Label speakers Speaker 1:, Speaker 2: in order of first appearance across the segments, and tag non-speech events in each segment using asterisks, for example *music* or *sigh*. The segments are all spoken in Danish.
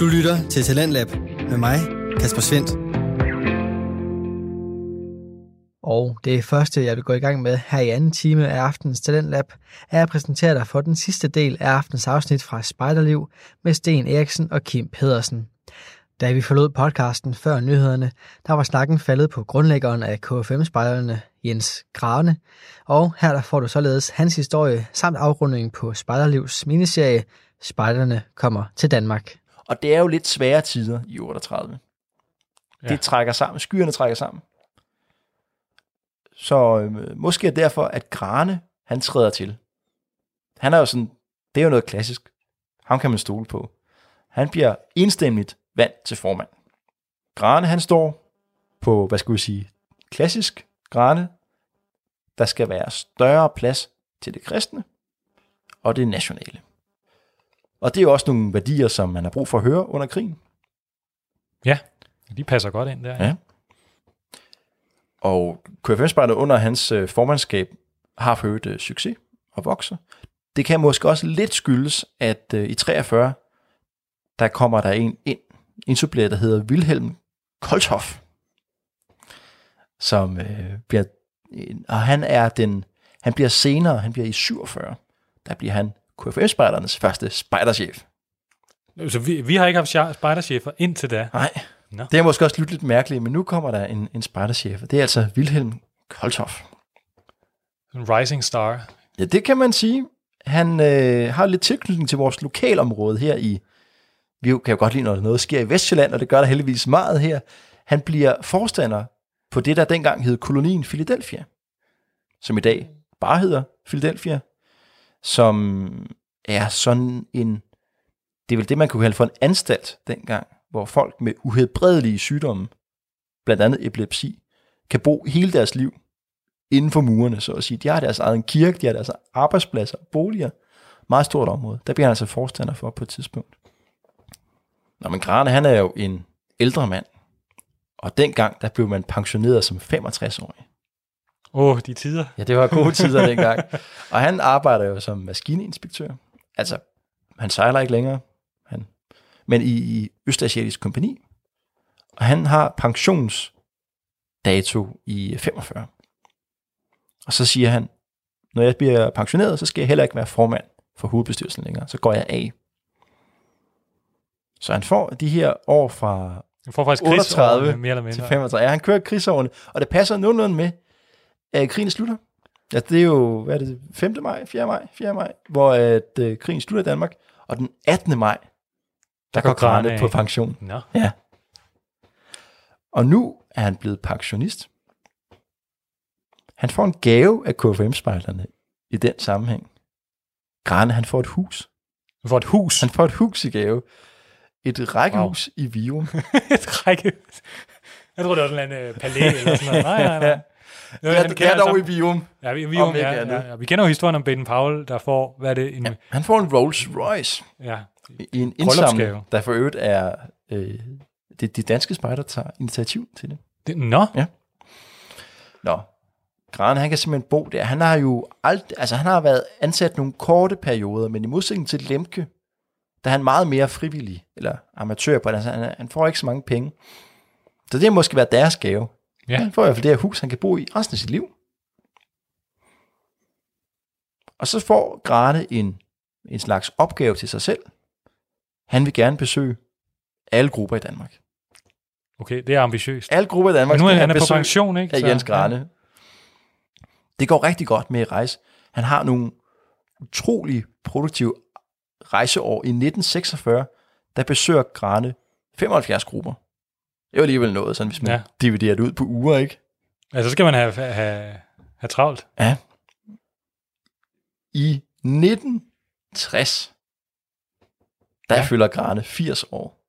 Speaker 1: Du lytter til Talentlab med mig, Kasper Svendt. Og det første, jeg vil gå i gang med her i anden time af aftenens Talentlab, er at præsentere dig for den sidste del af aftens afsnit fra Spejderliv med Sten Eriksen og Kim Pedersen. Da vi forlod podcasten før nyhederne, der var snakken faldet på grundlæggeren af KFM-spejderne, Jens Gravne. Og her der får du således hans historie samt afrundingen på Spejderlivs miniserie Spejderne kommer til Danmark.
Speaker 2: Og det er jo lidt svære tider i 38. Ja.
Speaker 3: Ja.
Speaker 2: Det trækker sammen, skyerne trækker sammen. Så øh, måske er derfor, at Grane, han træder til. Han er jo sådan, det er jo noget klassisk. Ham kan man stole på. Han bliver enstemmigt valgt til formand. Grane, han står på, hvad skal vi sige, klassisk Grane. Der skal være større plads til det kristne og det nationale. Og det er jo også nogle værdier, som man har brug for at høre under krigen.
Speaker 3: Ja, de passer godt ind der.
Speaker 2: Ja. Og KFM-spejlet under hans øh, formandskab har hørt øh, succes og vokser. Det kan måske også lidt skyldes, at øh, i 43, der kommer der en ind, en supplerer, der hedder Wilhelm Kolthoff, som øh, bliver, en- og han er den, han bliver senere, han bliver i 47, der bliver han KFM-spejdernes første spejderchef.
Speaker 3: Så vi, vi har ikke haft sja- spejderchefer indtil da.
Speaker 2: Nej.
Speaker 3: Nå.
Speaker 2: Det er måske også lyttet lidt mærkeligt, men nu kommer der en, en spejderchef, og det er altså Wilhelm Kolthoff.
Speaker 3: En rising star.
Speaker 2: Ja, det kan man sige. Han øh, har lidt tilknytning til vores lokalområde her i... Vi jo- kan jo godt lide, når noget sker i Vestjylland, og det gør der heldigvis meget her. Han bliver forstander på det, der dengang hed kolonien Philadelphia, som i dag bare hedder Philadelphia, som er sådan en... Det er vel det, man kunne kalde for en anstalt dengang, hvor folk med uhedbredelige sygdomme, blandt andet epilepsi, kan bo hele deres liv inden for murene, så at sige. De har deres egen kirke, de har deres arbejdspladser, boliger. Meget stort område. Der bliver han altså forstander for på et tidspunkt. Nå, men Grane, han er jo en ældre mand. Og dengang, der blev man pensioneret som 65-årig.
Speaker 3: Åh, oh, de tider.
Speaker 2: Ja, det var gode tider dengang. Og han arbejder jo som maskininspektør. Altså, han sejler ikke længere. Han, men i, i Østasiatisk Kompani. Og han har pensionsdato i 45. Og så siger han, når jeg bliver pensioneret, så skal jeg heller ikke være formand for hovedbestyrelsen længere. Så går jeg af. Så han får de her år fra
Speaker 3: Vi får faktisk
Speaker 2: 38
Speaker 3: krigsårene, mere eller
Speaker 2: til
Speaker 3: mindre.
Speaker 2: 35. Ja, han kører krigsårene, og det passer nogenlunde med, at krigen slutter. Ja, det er jo, hvad er det, 5. maj, 4. maj, 4. maj, hvor at, øh, krigen slutter i Danmark, og den 18. maj, der, der går
Speaker 3: går Grane
Speaker 2: Grane på
Speaker 3: af.
Speaker 2: pension.
Speaker 3: Nå,
Speaker 2: Og nu er han blevet pensionist. Han får en gave af KFM-spejlerne i den sammenhæng. Grane, han får et hus.
Speaker 3: vi får et
Speaker 2: *laughs*
Speaker 3: hus.
Speaker 2: Han får et hus i gave. Et rækkehus wow. i Virum.
Speaker 3: et række. Jeg tror, det var sådan en eller anden øh, palæ eller sådan noget. Nej, nej, nej. Jo,
Speaker 2: *laughs* Ja, det er dog i Virum.
Speaker 3: Ja, vi, vi,
Speaker 2: om
Speaker 3: om,
Speaker 2: ikke
Speaker 3: ja,
Speaker 2: andet.
Speaker 3: ja, ja, vi kender jo historien om Ben Powell, der får, hvad er det, en, ja.
Speaker 2: Han får en Rolls Royce.
Speaker 3: ja
Speaker 2: i en
Speaker 3: Bryllupsgave.
Speaker 2: indsamling, der for øvrigt er, øh, det, de danske spejder tager initiativ til det.
Speaker 3: det, nå,
Speaker 2: Nå, Gran, han kan simpelthen bo der. Han har jo alt, altså han har været ansat nogle korte perioder, men i modsætning til Lemke, der er han meget mere frivillig, eller amatør på det, altså han, er- han får ikke så mange penge. Så det har måske været deres gave.
Speaker 3: Ja.
Speaker 2: Han får i hvert fald det her hus, han kan bo i resten af sit liv. Og så får Grane en, en slags opgave til sig selv. Han vil gerne besøge alle grupper i Danmark.
Speaker 3: okay, det er ambitiøst.
Speaker 2: Alle grupper i Danmark
Speaker 3: Men nu er
Speaker 2: skal
Speaker 3: han er på
Speaker 2: besøg
Speaker 3: pension, ikke?
Speaker 2: af Jens Grane. Det går rigtig godt med at rejse. Han har nogle utrolig produktive rejseår. I 1946, der besøger Grane 75 grupper. Det er jo alligevel noget, sådan, hvis man
Speaker 3: Ja.
Speaker 2: ja. dividerer det ud på uger, ikke?
Speaker 3: Altså, så skal man have, have, have travlt.
Speaker 2: Ja. I 1960, der
Speaker 3: Ja.
Speaker 2: ja. fylder Grane 80 år.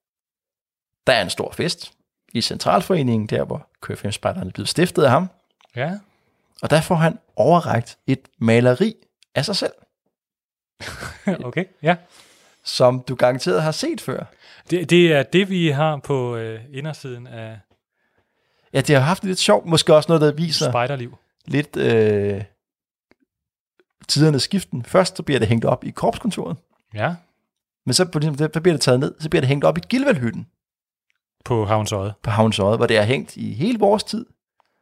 Speaker 2: Der er en stor fest i Centralforeningen, der hvor KFM-spejderne blev stiftet af ham.
Speaker 3: Ja. *laughs*
Speaker 2: Og der får han overrækt et maleri af sig selv,
Speaker 3: okay, ja.
Speaker 2: som du garanteret har set før.
Speaker 3: Det, det er det, vi har på øh, indersiden af
Speaker 2: Ja, det har haft lidt sjovt, måske også noget, der viser
Speaker 3: Spejderliv.
Speaker 2: lidt øh, tidernes skiften. Først så bliver det hængt op i korpskontoret,
Speaker 3: Ja,
Speaker 2: Men så, på- så bliver det taget ned, så bliver det hængt op i Gilvaldhytten
Speaker 3: På Havns Øje.
Speaker 2: på Havnsøjet, hvor det er hængt i hele vores tid.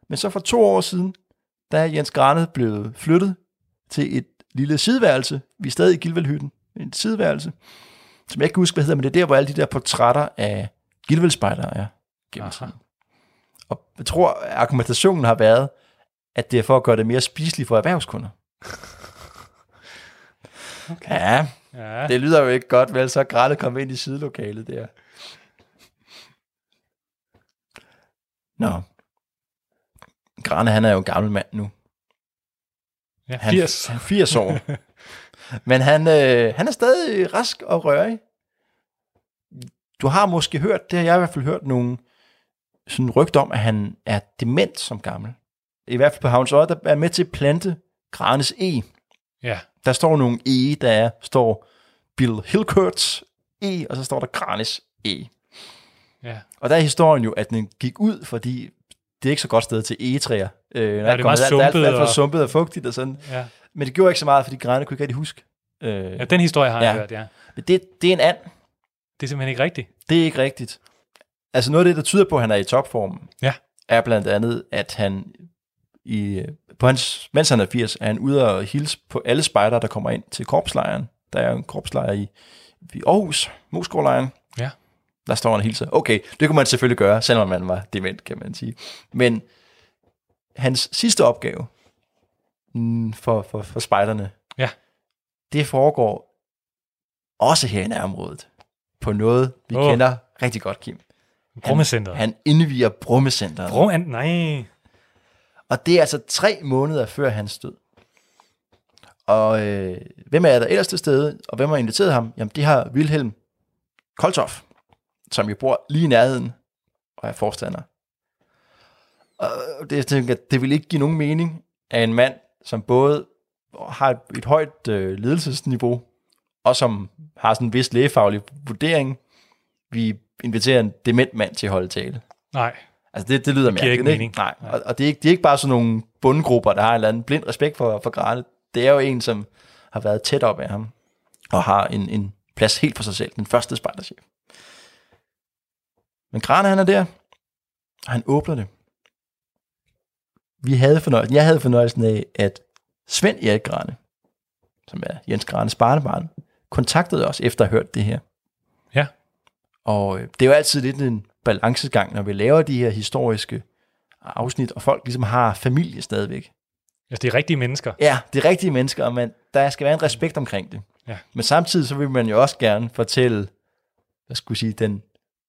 Speaker 2: Men så for to år siden, der er Jens Grane blevet flyttet til et lille sideværelse. Vi er stadig i Gilvaldhytten. En sideværelse, som jeg ikke kan huske, hvad hedder, men det er der, hvor alle de der portrætter af Gilvaldspejlere er gennem
Speaker 3: Aha.
Speaker 2: tiden. Og jeg tror, at argumentationen har været, at det er for at gøre det mere spiseligt for erhvervskunder. Okay. Ja,
Speaker 3: Ja.
Speaker 2: det lyder jo ikke godt, vel? Så Grane kom ind i sidelokalet der. Nå. Grane, han er jo en gammel mand nu.
Speaker 3: ja
Speaker 2: Han,
Speaker 3: 80.
Speaker 2: Han er 80 år.
Speaker 3: *laughs*
Speaker 2: Men han, øh, han er stadig rask og rørig. Du har måske hørt, det har jeg i hvert fald hørt nogle sådan rygt om, at han er dement som gammel. I hvert fald på Havns Øje, der er med til at plante Granes E.
Speaker 3: Ja.
Speaker 2: Der står nogle E, der er, står Bill Hilkerts E, og så står der Granes E.
Speaker 3: Ja.
Speaker 2: Og der er historien jo, at den gik ud, fordi det er ikke så godt sted til egetræer. Øh, ja, det
Speaker 3: meget
Speaker 2: Der er
Speaker 3: sumpet
Speaker 2: alt, alt for
Speaker 3: og-
Speaker 2: sumpet og fugtigt og sådan.
Speaker 3: Ja.
Speaker 2: Men det gjorde ikke så meget, fordi Grane kunne ikke rigtig huske. Øh,
Speaker 3: ja,
Speaker 2: ja.
Speaker 3: den historie har jeg
Speaker 2: Ja.
Speaker 3: hørt, ja.
Speaker 2: Men det, det er en and.
Speaker 3: Det er simpelthen ikke rigtigt.
Speaker 2: Det er ikke rigtigt. Altså noget af det, der tyder på, at han er i topformen,
Speaker 3: Ja.
Speaker 2: er blandt andet, at han, i, på hans, mens han er 80, er han ude og hilse på alle spejdere, der kommer ind til korpslejren. Der er jo en korpslejr i, i Aarhus, Moskvorlejren.
Speaker 3: Ja.
Speaker 2: Der står han og hilser. Okay, det kunne man selvfølgelig gøre, selvom man var dement, kan man sige. Men hans sidste opgave mm, for, for, for spejderne,
Speaker 3: Ja.
Speaker 2: det foregår også her i nærområdet på noget, vi
Speaker 3: Åh.
Speaker 2: oh. kender rigtig godt, Kim.
Speaker 3: Brummecenteret.
Speaker 2: Han indviger Brummecenteret. Brum.
Speaker 3: Brum, an, nej.
Speaker 2: Og det er altså tre måneder før hans død. Og øh, hvem er der ellers til stede, og hvem har inviteret ham? Jamen, det har Wilhelm Koltoff, som jo bor lige i nærheden og er forstander. Og det, jeg tænker, det vil ikke give nogen mening af en mand, som både har et, et højt øh, ledelsesniveau, og som har sådan en vis lægefaglig vurdering. Vi inviterer en dement mand til at holde tale.
Speaker 3: Nej.
Speaker 2: Altså, det, det lyder mærkeligt,
Speaker 3: ikke mening.
Speaker 2: Nej,
Speaker 3: Nej.
Speaker 2: og, og det, er ikke, det er ikke bare sådan nogle bundgrupper, der har en eller anden blind respekt for, for Grane. Det er jo en, som har været tæt op af ham, og har en, en plads helt for sig selv, den første spejderchef. Men Grane, han er der, og han åbner det. Vi havde fornøjelsen, jeg havde fornøjelsen af, at Svend Erik Grane, som er Jens Granes barnebarn, kontaktede os efter at have hørt det her.
Speaker 3: Ja.
Speaker 2: Og øh, det er jo altid lidt en balancegang, når vi laver de her historiske afsnit, og folk ligesom har familie stadigvæk.
Speaker 3: Altså, det er rigtige *laughs* mennesker.
Speaker 2: Ja, det er rigtige mennesker, og man, der skal være en respekt omkring det.
Speaker 3: Ja.
Speaker 2: Men samtidig så vil man jo også gerne fortælle, hvad skulle jeg sige, den,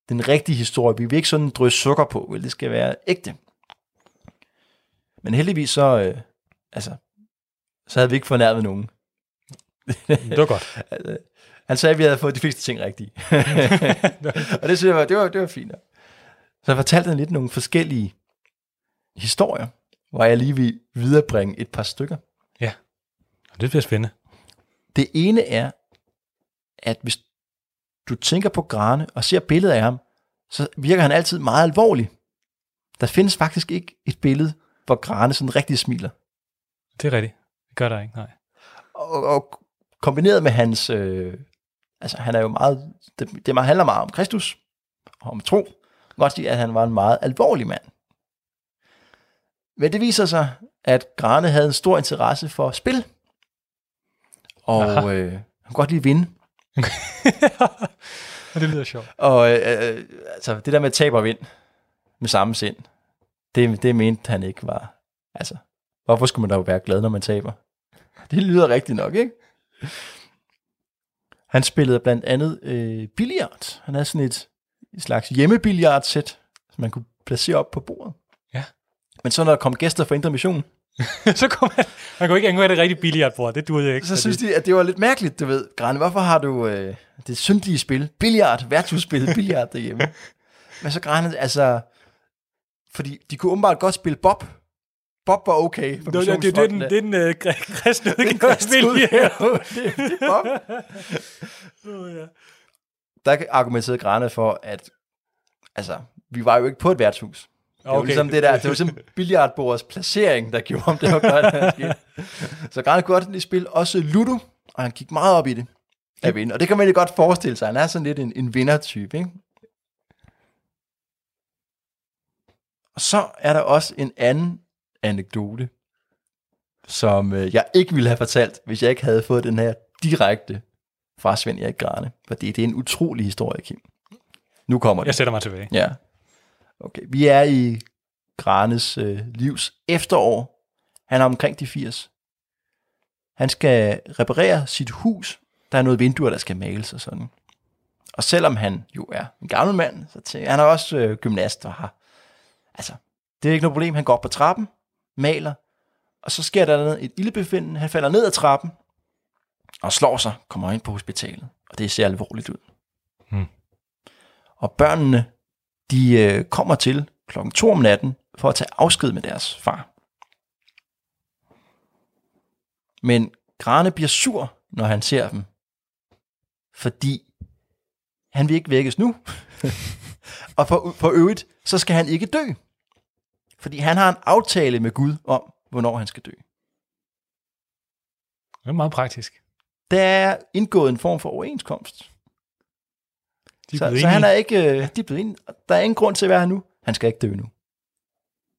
Speaker 2: den rigtige historie. Vi vil ikke sådan drysse sukker på, vel? det skal være ægte. Men heldigvis så, øh, altså, så havde vi ikke fornærmet nogen.
Speaker 3: Det var godt.
Speaker 2: Altså, Han sagde, at vi havde fået de fleste ting rigtige. og det synes jeg var, det var, det var fint. Så jeg fortalte han lidt nogle forskellige historier, hvor jeg lige vil viderebringe et par stykker.
Speaker 3: Det bliver spændende.
Speaker 2: Det ene er, at hvis du tænker på Grane og ser billeder af ham, så virker han altid meget alvorlig. Der findes faktisk ikke et billede, hvor Grane sådan rigtig smiler.
Speaker 3: Det er rigtigt. Det gør der ikke, nej.
Speaker 2: og, og kombineret med hans, øh, altså han er jo meget, det, det meget- handler meget om Kristus og om tro, Man kan godt sige, at han var en meget alvorlig mand. Men det viser sig, at Grane havde en stor interesse for spil,
Speaker 3: Aha.
Speaker 2: og øh, han kunne godt lide at vinde.
Speaker 3: det lyder sjovt. *laughs*
Speaker 2: Og øh, øh, altså, det der med tab og vind med samme sind, det, det mente han ikke var... Altså, hvorfor skulle man da være glad, når man taber? *laughs* Det lyder rigtigt nok, ikke? Han spillede blandt andet øh, billiard. Han havde sådan et, et slags hjemmebilliardsæt, som man kunne placere op på bordet.
Speaker 3: Ja.
Speaker 2: Men så når der kom gæster fra Indre Mission,
Speaker 3: så kom han, han kunne ikke engang have det rigtige billiardbord. Det duede ikke.
Speaker 2: så synes de, at det var lidt mærkeligt, du ved. Grane, hvorfor har du øh, det syndige spil? Billiard,
Speaker 3: *laughs*
Speaker 2: værtshusspil, billiard derhjemme. Men så Grane, altså... Fordi de kunne åbenbart godt spille Bob. Bob var okay. for
Speaker 3: det, det, det, det, er den,
Speaker 2: missionsfolkene.
Speaker 3: det er den øh, *laughs* kri- kristne udgave
Speaker 2: *laughs*
Speaker 3: af
Speaker 2: Skud,
Speaker 3: *laughs*
Speaker 2: ja,
Speaker 3: billiard.
Speaker 2: det- det er Bob.
Speaker 3: Åh, ja.
Speaker 2: Der argumenterede Grane for, at altså, vi var jo ikke på et værtshus. Det var okay. ligesom det der, det var simpelthen billiardbordets placering, der gjorde, om det var godt. eller skidt. Så Grane kunne godt lide spille også Ludo, og han gik meget op i det. at vinde. Og det kan man egentlig godt forestille sig. Han er sådan lidt en, en vindertype, ikke? Og så er der også en anden anekdote, som øh, jeg ikke ville have fortalt, hvis jeg ikke havde fået den her direkte fra Svend Erik Grane. Fordi det er en utrolig historie, Kim. Nu kommer
Speaker 3: Jeg
Speaker 2: det.
Speaker 3: sætter mig tilbage.
Speaker 2: Ja. Okay, vi er i Granes øh, livs efterår. Han er omkring de 80. Han skal reparere sit hus. Der er noget vinduer, der skal males og sådan. Og selvom han jo er en gammel mand, så til, han er også øh, gymnast og har... Altså, det er ikke noget problem. Han går op på trappen, maler, og så sker der noget- et ildebefindende. Han falder ned ad trappen og slår sig, kommer ind på hospitalet. Og det ser alvorligt ud.
Speaker 3: Hmm.
Speaker 2: Og børnene, de øh, kommer til klokken 2 om natten for at tage afsked med deres far. Men Grane bliver sur, når han ser dem, fordi han vil ikke vækkes nu. *laughs* og for, for øvrigt, så skal han ikke dø. Fordi han har en aftale med Gud om, hvornår han skal dø.
Speaker 3: Det er meget praktisk.
Speaker 2: Der er indgået en form for overenskomst.
Speaker 3: De er
Speaker 2: så,
Speaker 3: blevet
Speaker 2: så han
Speaker 3: enige.
Speaker 2: er ikke, øh, de er blevet enige. Og Der er ingen grund til at være her nu. Han skal ikke dø nu.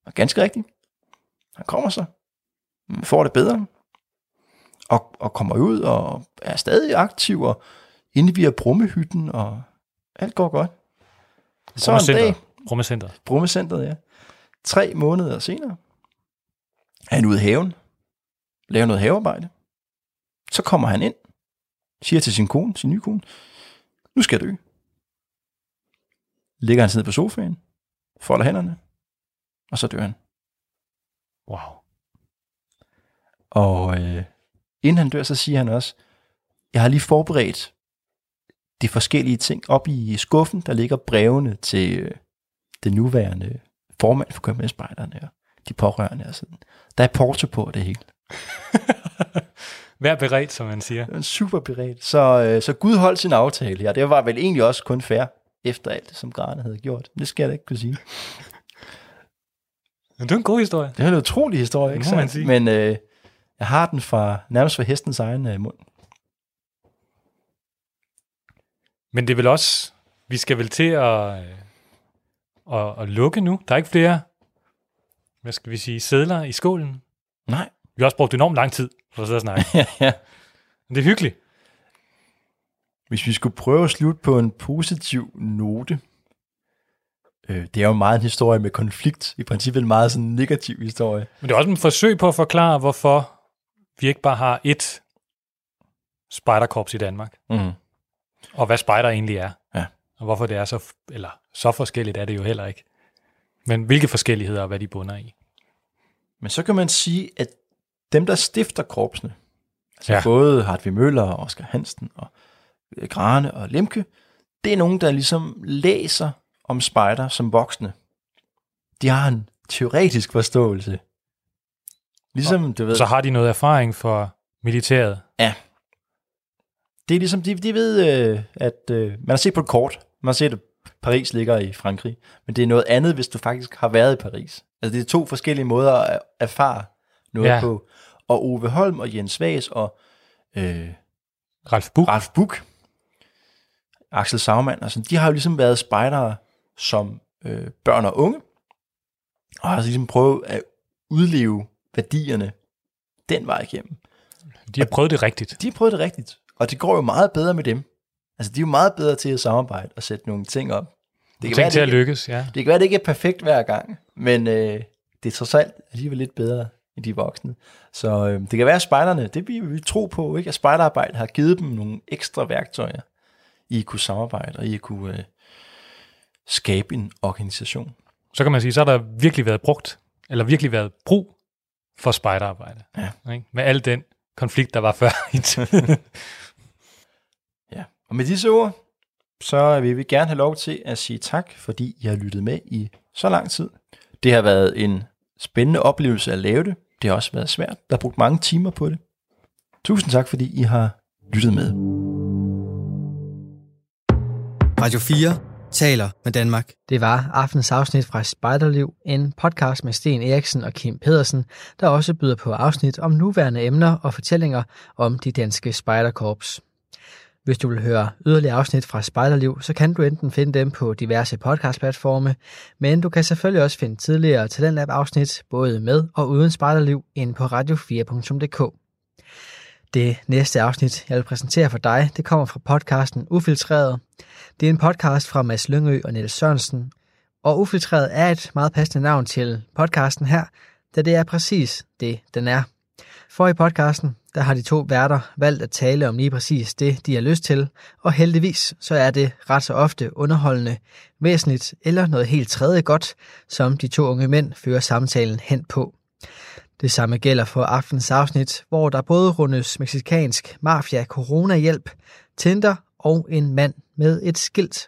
Speaker 2: Og ganske rigtigt. Han kommer så. Mm, Får det bedre. Og, og kommer ud og er stadig aktiv og indviger brummehytten og alt går godt. Så en dag,
Speaker 3: Rummecenteret. Rummecenteret.
Speaker 2: brummecenteret, ja. Tre måneder senere er han ude i haven, laver noget havearbejde. Så kommer han ind, siger til sin kone, sin nye kone, nu skal jeg dø. Ligger han sig ned på sofaen, folder hænderne, og så dør han.
Speaker 3: Wow.
Speaker 2: Og øh, inden han dør, så siger han også, jeg har lige forberedt de forskellige ting op i skuffen, der ligger brevene til øh, den nuværende formand for købmandsspejderne og de pårørende og sådan. Der er porto på det hele.
Speaker 3: Vær beredt, som man siger.
Speaker 2: Det var en super beredt. Så, øh, så Gud holdt sin aftale her. Det var vel egentlig også kun fair efter alt det, som Grane havde gjort. Det skal jeg da ikke kunne sige.
Speaker 3: Men det er en god historie.
Speaker 2: Det er en utrolig historie, ikke
Speaker 3: Det må man
Speaker 2: sandt?
Speaker 3: sige.
Speaker 2: Men øh, jeg har den fra, nærmest fra hestens egen øh, mund.
Speaker 3: Men det er vel også, vi skal vel til at, øh, at, at lukke nu. Der er ikke flere, hvad skal vi sige, sædler i skålen.
Speaker 2: Nej.
Speaker 3: Vi har også brugt enormt lang tid for at sidde og snakke.
Speaker 2: *laughs* ja.
Speaker 3: Men det er hyggeligt.
Speaker 2: Hvis vi skulle prøve at slutte på en positiv note, øh, det er jo meget en historie med konflikt, i princippet en meget sådan negativ historie.
Speaker 3: Men det er også en forsøg på at forklare, hvorfor vi ikke bare har ét spejderkorps i Danmark,
Speaker 2: Mm.
Speaker 3: og hvad spejder egentlig er.
Speaker 2: Ja.
Speaker 3: Og hvorfor det er så, f- eller så forskelligt er det jo heller ikke. Men hvilke forskelligheder og hvad de bunder i.
Speaker 2: Men så kan man sige, at dem, der stifter korpsene, altså
Speaker 3: Ja.
Speaker 2: ja. både Hartvig Møller og Oscar Hansen og øh, Grane og Lemke, det er nogen, der ligesom læser om spejder som voksne. De har en teoretisk forståelse. Ligesom, du ved,
Speaker 3: Så har de noget erfaring for militæret.
Speaker 2: det er ligesom, de, de ved, øh, at øh, man har set på et kort, man har set, at Paris ligger i Frankrig, men det er noget andet, hvis du faktisk har været i Paris. Altså, det er to forskellige måder at erfare noget
Speaker 3: Ja.
Speaker 2: ja. på. Og Ove Holm og Jens Vags og øh,
Speaker 3: Ralf Buch.
Speaker 2: Ralf Buch, Axel Saumann, og sådan, de har jo ligesom været spejdere som øh, børn og unge, og har ligesom prøvet at udleve værdierne den vej igennem.
Speaker 3: De har prøvet det rigtigt.
Speaker 2: De har prøvet det rigtigt, og det går jo meget bedre med dem. Altså, de er jo meget bedre til at samarbejde og sætte nogle ting op. Det
Speaker 3: Det
Speaker 2: kan,
Speaker 3: kan
Speaker 2: være,
Speaker 3: til
Speaker 2: det,
Speaker 3: at
Speaker 2: ikke,
Speaker 3: lykkes, ja.
Speaker 2: det kan være, det ikke er perfekt hver gang, men øh, det er trods alt alligevel lidt bedre end de voksne. Så øh, det kan være, at spejderne, det vi, vi tro på, ikke? at spejderarbejde har givet dem nogle ekstra værktøjer i at kunne samarbejde og i at kunne øh, skabe en organisation.
Speaker 3: Så kan man sige, så har der virkelig været brugt, eller virkelig været brug for spejderarbejde. Ja. Ikke? Med al den konflikt, der var før i
Speaker 2: *laughs*
Speaker 3: tiden.
Speaker 2: Ja. Og med disse ord, så vil vi gerne have lov til at sige tak, fordi I har lyttet med i så lang tid. Det har været en spændende oplevelse at lave det. Det har også været svært. Der er brugt mange timer på det. Tusind tak, fordi I har lyttet med.
Speaker 1: Radio 4 taler med Danmark. Det var aftens afsnit fra Spejderliv, en podcast med Sten Eriksen og Kim Pedersen, der også byder på afsnit om nuværende emner og fortællinger om de danske spejderkorps. Hvis du vil høre yderligere afsnit fra Spejderliv, så kan du enten finde dem på diverse podcastplatforme, men du kan selvfølgelig også finde tidligere Talentlab-afsnit, både med og uden Spejderliv, inde på radio4.dk. Det næste afsnit, jeg vil præsentere for dig, det kommer fra podcasten Ufiltreret. Det er en podcast fra Mads Lyngø og Niels Sørensen, og Ufiltreret er et meget passende navn til podcasten her, da det er præcis det, den er. For i podcasten, der har de to værter valgt at tale om lige præcis det, de har lyst til, og heldigvis så er det ret så ofte underholdende, væsentligt eller noget helt tredje godt, som de to unge mænd fører samtalen hen på. Det samme gælder for aftens afsnit, hvor der både rundes meksikansk mafia coronahjælp, Tinder og en mand med et skilt.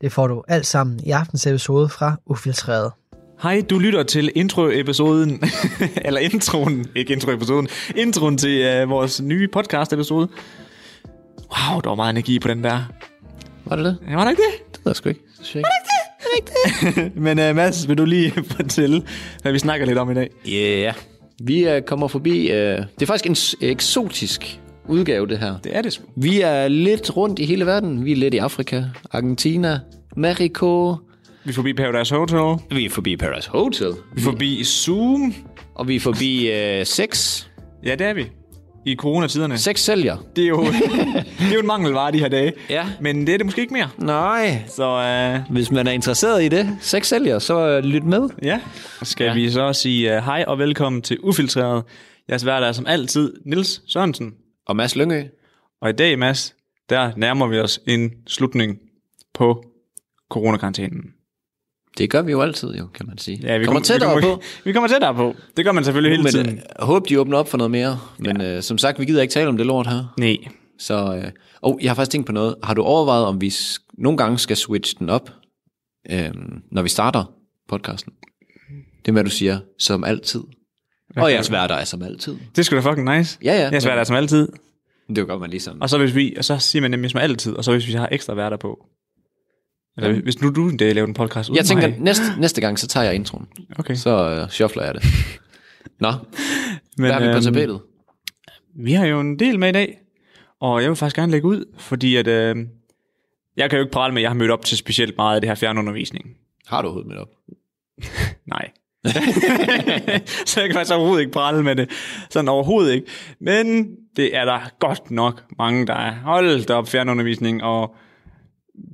Speaker 1: Det får du alt sammen i aftens episode fra Ufiltreret.
Speaker 4: Hej, du lytter til intro-episoden, *laughs* eller introen, ikke intro-episoden, introen til uh, vores nye podcast-episode. Wow, der var meget energi på den der.
Speaker 5: Var det det?
Speaker 4: Ja, Var der ikke det?
Speaker 5: Det ved jeg sgu ikke. Det synes jeg ikke.
Speaker 4: Men uh, Mads, vil du lige *laughs* fortælle, hvad vi snakker lidt om i dag?
Speaker 5: Yeah. Vi øh, kommer forbi... Øh, det er faktisk en s- eksotisk udgave, det her.
Speaker 4: Det er det sgu.
Speaker 5: Vi er lidt rundt i hele verden. Vi er lidt i Afrika, Argentina, Mexico.
Speaker 4: Vi er forbi Paradise Hotel,
Speaker 5: Vi er forbi Paradise Hotel.
Speaker 4: vi er forbi Zoom.
Speaker 5: Og vi er forbi øh, sex.
Speaker 4: Ja, det er vi. I coronatiderne.
Speaker 5: Sex sælger.
Speaker 4: Det er jo, *laughs* det er jo en mangelvare de her dage.
Speaker 5: Ja.
Speaker 4: Men det er det måske ikke mere.
Speaker 5: Nej.
Speaker 4: Så uh,
Speaker 5: Hvis man er interesseret i det, sex sælger, så øh, lyt med.
Speaker 4: Ja. Skal ja. vi så sige uh, hej og velkommen til Ufiltreret. Jeres vært er som altid Nils Sørensen.
Speaker 5: Og Mads Lyngø.
Speaker 4: Og i dag, Mads, der nærmer vi os en slutning på coronakarantænen.
Speaker 5: Det gør vi jo altid, jo, kan man sige.
Speaker 4: vi
Speaker 5: kommer tættere
Speaker 4: vi,
Speaker 5: på.
Speaker 4: Vi kommer tættere på. Det gør man selvfølgelig hele
Speaker 5: Men
Speaker 4: tiden.
Speaker 5: øh, håb, de åbner op for noget mere. Men øh, som sagt, vi gider ikke tale om det lort her.
Speaker 4: Nej.
Speaker 5: Så, øh, og jeg har faktisk tænkt på noget. Har du overvejet, om vi s- nogle gange skal switche den op, øh, når vi starter podcasten? Det med, at du siger, som altid. Og jeres værter er som altid.
Speaker 4: Det skulle da fucking nice.
Speaker 5: Ja, ja.
Speaker 4: Jeres vært er som altid.
Speaker 5: Det er jo godt, man ligesom- lige sådan.
Speaker 4: Og så, hvis vi, og så siger man nemlig som altid, og så hvis vi har ekstra værter på. Eller hvis- hvis nu du en dag laver en podcast uden
Speaker 5: Jeg tænker,
Speaker 4: mig.
Speaker 5: næste, næste gang, så tager jeg introen.
Speaker 4: Okay.
Speaker 5: Så øh, shuffler
Speaker 4: *laughs*
Speaker 5: jeg det. Nå,
Speaker 4: Men,
Speaker 5: hvad har vi på
Speaker 4: øhm,
Speaker 5: tapetet?
Speaker 4: Vi har jo en del med i dag, og jeg vil faktisk gerne lægge ud, fordi at, øh, jeg kan jo ikke prale med, at jeg har mødt op til specielt meget af det her fjernundervisning.
Speaker 5: Har du hovedet med op?
Speaker 4: Nej. *laughs* så jeg kan faktisk overhovedet ikke prale med det. Sådan overhovedet ikke. Men det er der godt nok mange, der er. Hold da op, fjernundervisning og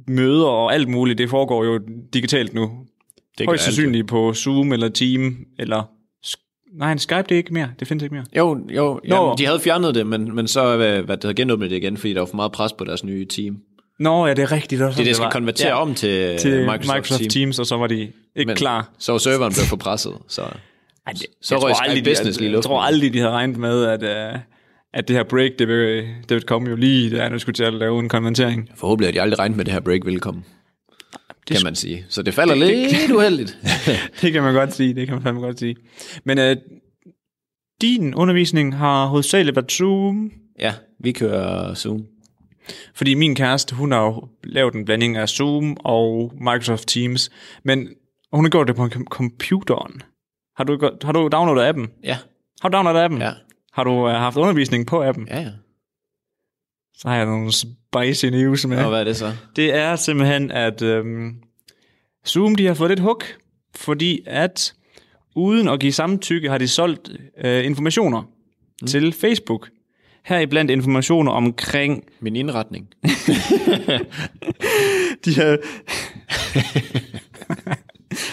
Speaker 4: møder og alt muligt, det foregår jo digitalt nu. Det
Speaker 5: gør alt,
Speaker 4: Højst sandsynligt på Zoom eller Team eller... Sk- Nej, en Skype det er ikke mere. Det findes ikke mere.
Speaker 5: Jo, jo.
Speaker 4: Nå.
Speaker 5: Jamen, de havde fjernet det, men, men så øh, hvad, hvad, det havde genåbnet det igen, fordi der var for meget pres på deres nye team.
Speaker 4: Nå, ja, det er rigtigt. var
Speaker 5: Det,
Speaker 4: sådan,
Speaker 5: det skal
Speaker 4: var.
Speaker 5: konvertere om
Speaker 4: til
Speaker 5: til, til
Speaker 4: Microsoft,
Speaker 5: øh, Microsoft,
Speaker 4: Microsoft
Speaker 5: Team.
Speaker 4: Teams. Teams, og så var de ikke Men, klar.
Speaker 5: Så serveren blev for presset. Så.
Speaker 4: Ej, det,
Speaker 5: så røg Skype
Speaker 4: de,
Speaker 5: Business
Speaker 4: jeg,
Speaker 5: lige i
Speaker 4: jeg
Speaker 5: luften.
Speaker 4: tror aldrig, de havde regnet med, at, uh, at det her break, det vil, det vil komme jo lige, der nu skulle til at lave en
Speaker 5: *laughs*
Speaker 4: konvertering.
Speaker 5: Forhåbentlig har de aldrig regnet med at det her break velkommen, det kan
Speaker 4: sk-
Speaker 5: man sige. Så det falder det,
Speaker 4: det-
Speaker 5: lidt uheldigt.
Speaker 4: Det kan man godt sige, det kan man fandme godt sige. Men uh, din undervisning har hovedsageligt været Zoom,
Speaker 5: *laughs* ja, vi kører Zoom.
Speaker 4: fordi min kæreste, hun har jo lavet en blanding af Zoom og Microsoft Teams, men hun har gjort det på com- computeren. Har du, godt- har du downloadet appen?
Speaker 5: Ja,
Speaker 4: Har du downloadet appen?
Speaker 5: ja,
Speaker 4: Har du uh, haft undervisning på appen?
Speaker 5: ja. ja.
Speaker 4: Så har jeg nogle spicy news med.
Speaker 5: Og hvad er det så?
Speaker 4: Det er simpelthen, at øhm, Zoom de har fået lidt hug, fordi at uden at give samtykke har de solgt øh, informationer mm. til Facebook. Heriblandt informationer omkring...
Speaker 5: Min indretning.
Speaker 4: De her...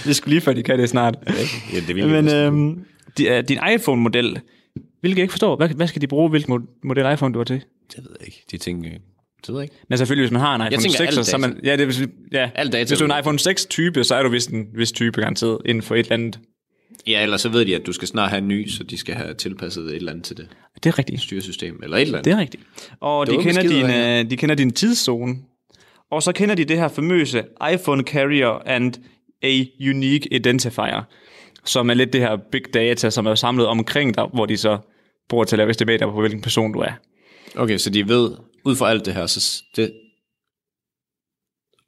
Speaker 4: det skulle lige før, de kan det snart.
Speaker 5: Ja, det vil
Speaker 4: Men øhm, de, er din iPhone-model, hvilket jeg ikke forstår. Hvad, hvad skal de bruge, hvilken mo- model iPhone du har til?
Speaker 5: Det ved jeg ikke. De tænker, det ved jeg ikke.
Speaker 4: Men selvfølgelig, hvis man har en iPhone
Speaker 5: tænker
Speaker 4: 6,
Speaker 5: alt
Speaker 4: så er man... Ja, det, vil sige- ja.
Speaker 5: Alt data,
Speaker 4: hvis du er
Speaker 5: du-
Speaker 4: en iPhone 6-type, så er du vist en vis type garanteret inden for et eller andet.
Speaker 5: Ja, ellers så ved de, at du skal snart have en ny, så de skal have tilpasset et eller andet til det
Speaker 4: Det er rigtigt.
Speaker 5: styresystem, eller et eller andet.
Speaker 4: Det er rigtigt. Og de
Speaker 5: Dumme
Speaker 4: kender,
Speaker 5: skider, ja.
Speaker 4: din, øh, de kender din tidszone. Og så kender de det her famøse iPhone Carrier and a Unique Identifier, som er lidt det her big data, som er samlet omkring dig, hvor de så bruger til at lave estimater på, hvilken person du er.
Speaker 5: Okay, så de ved, ud fra alt det her, så s- det...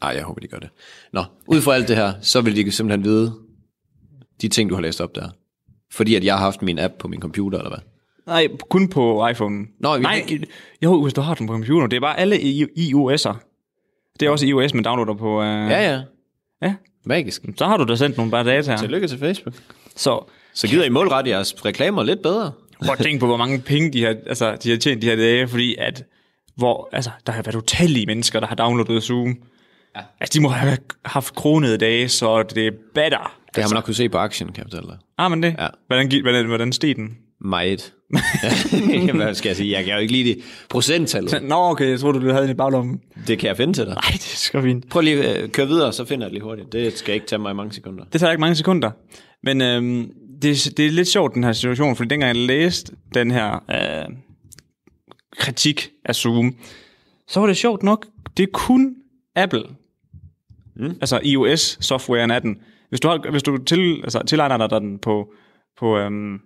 Speaker 5: Ej, jeg håber, de gør det. Nå, ud fra alt det her, så vil de simpelthen vide de ting, du har læst op der. Fordi at jeg har haft min app på min computer, eller hvad?
Speaker 4: Nej, kun på iPhone.
Speaker 5: Nå, vi-
Speaker 4: Nej, jo, hvis du har den på computer. Det er bare alle i- iOS'er. Det er også iOS, man downloader på... Uh...
Speaker 5: Ja, ja.
Speaker 4: ja.
Speaker 5: Magisk.
Speaker 4: Så har du da sendt nogle bare data her.
Speaker 5: Tillykke til Facebook.
Speaker 4: Så
Speaker 5: Så gider I målrette jeres reklamer lidt bedre?
Speaker 4: prøv at tænke på, hvor mange penge de har, altså, de har tjent de her dage, fordi at, hvor, altså, der har været utallige mennesker, der har downloadet Zoom. Ja. Altså, de må have haft kronede dage, så det batter.
Speaker 5: Det har man nok kunne se på aktienkapital.
Speaker 4: Har man det?
Speaker 5: Ja.
Speaker 4: Hvordan, gik- hvordan, hvordan steg den?
Speaker 5: Meget. *laughs* Hvad skal jeg sige? Jeg kan jo ikke lide det procenttallet.
Speaker 4: Nå, okay, jeg troede, du havde den i baglommen.
Speaker 5: Det kan jeg finde til dig.
Speaker 4: Nej, det er sgu fint.
Speaker 5: Prøv lige at øh, køre videre, så finder jeg det lige hurtigt. Det skal ikke tage mig mange sekunder.
Speaker 4: Det tager ikke mange sekunder. Men øhm, det, det er lidt sjovt, den her situation, fordi dengang jeg læste den her øh, kritik af Zoom, så var det sjovt nok, det er kun Apple, mm. altså iOS-softwaren af den. Hvis du, har, hvis du til, altså, tilegner dig den på, på, øhm,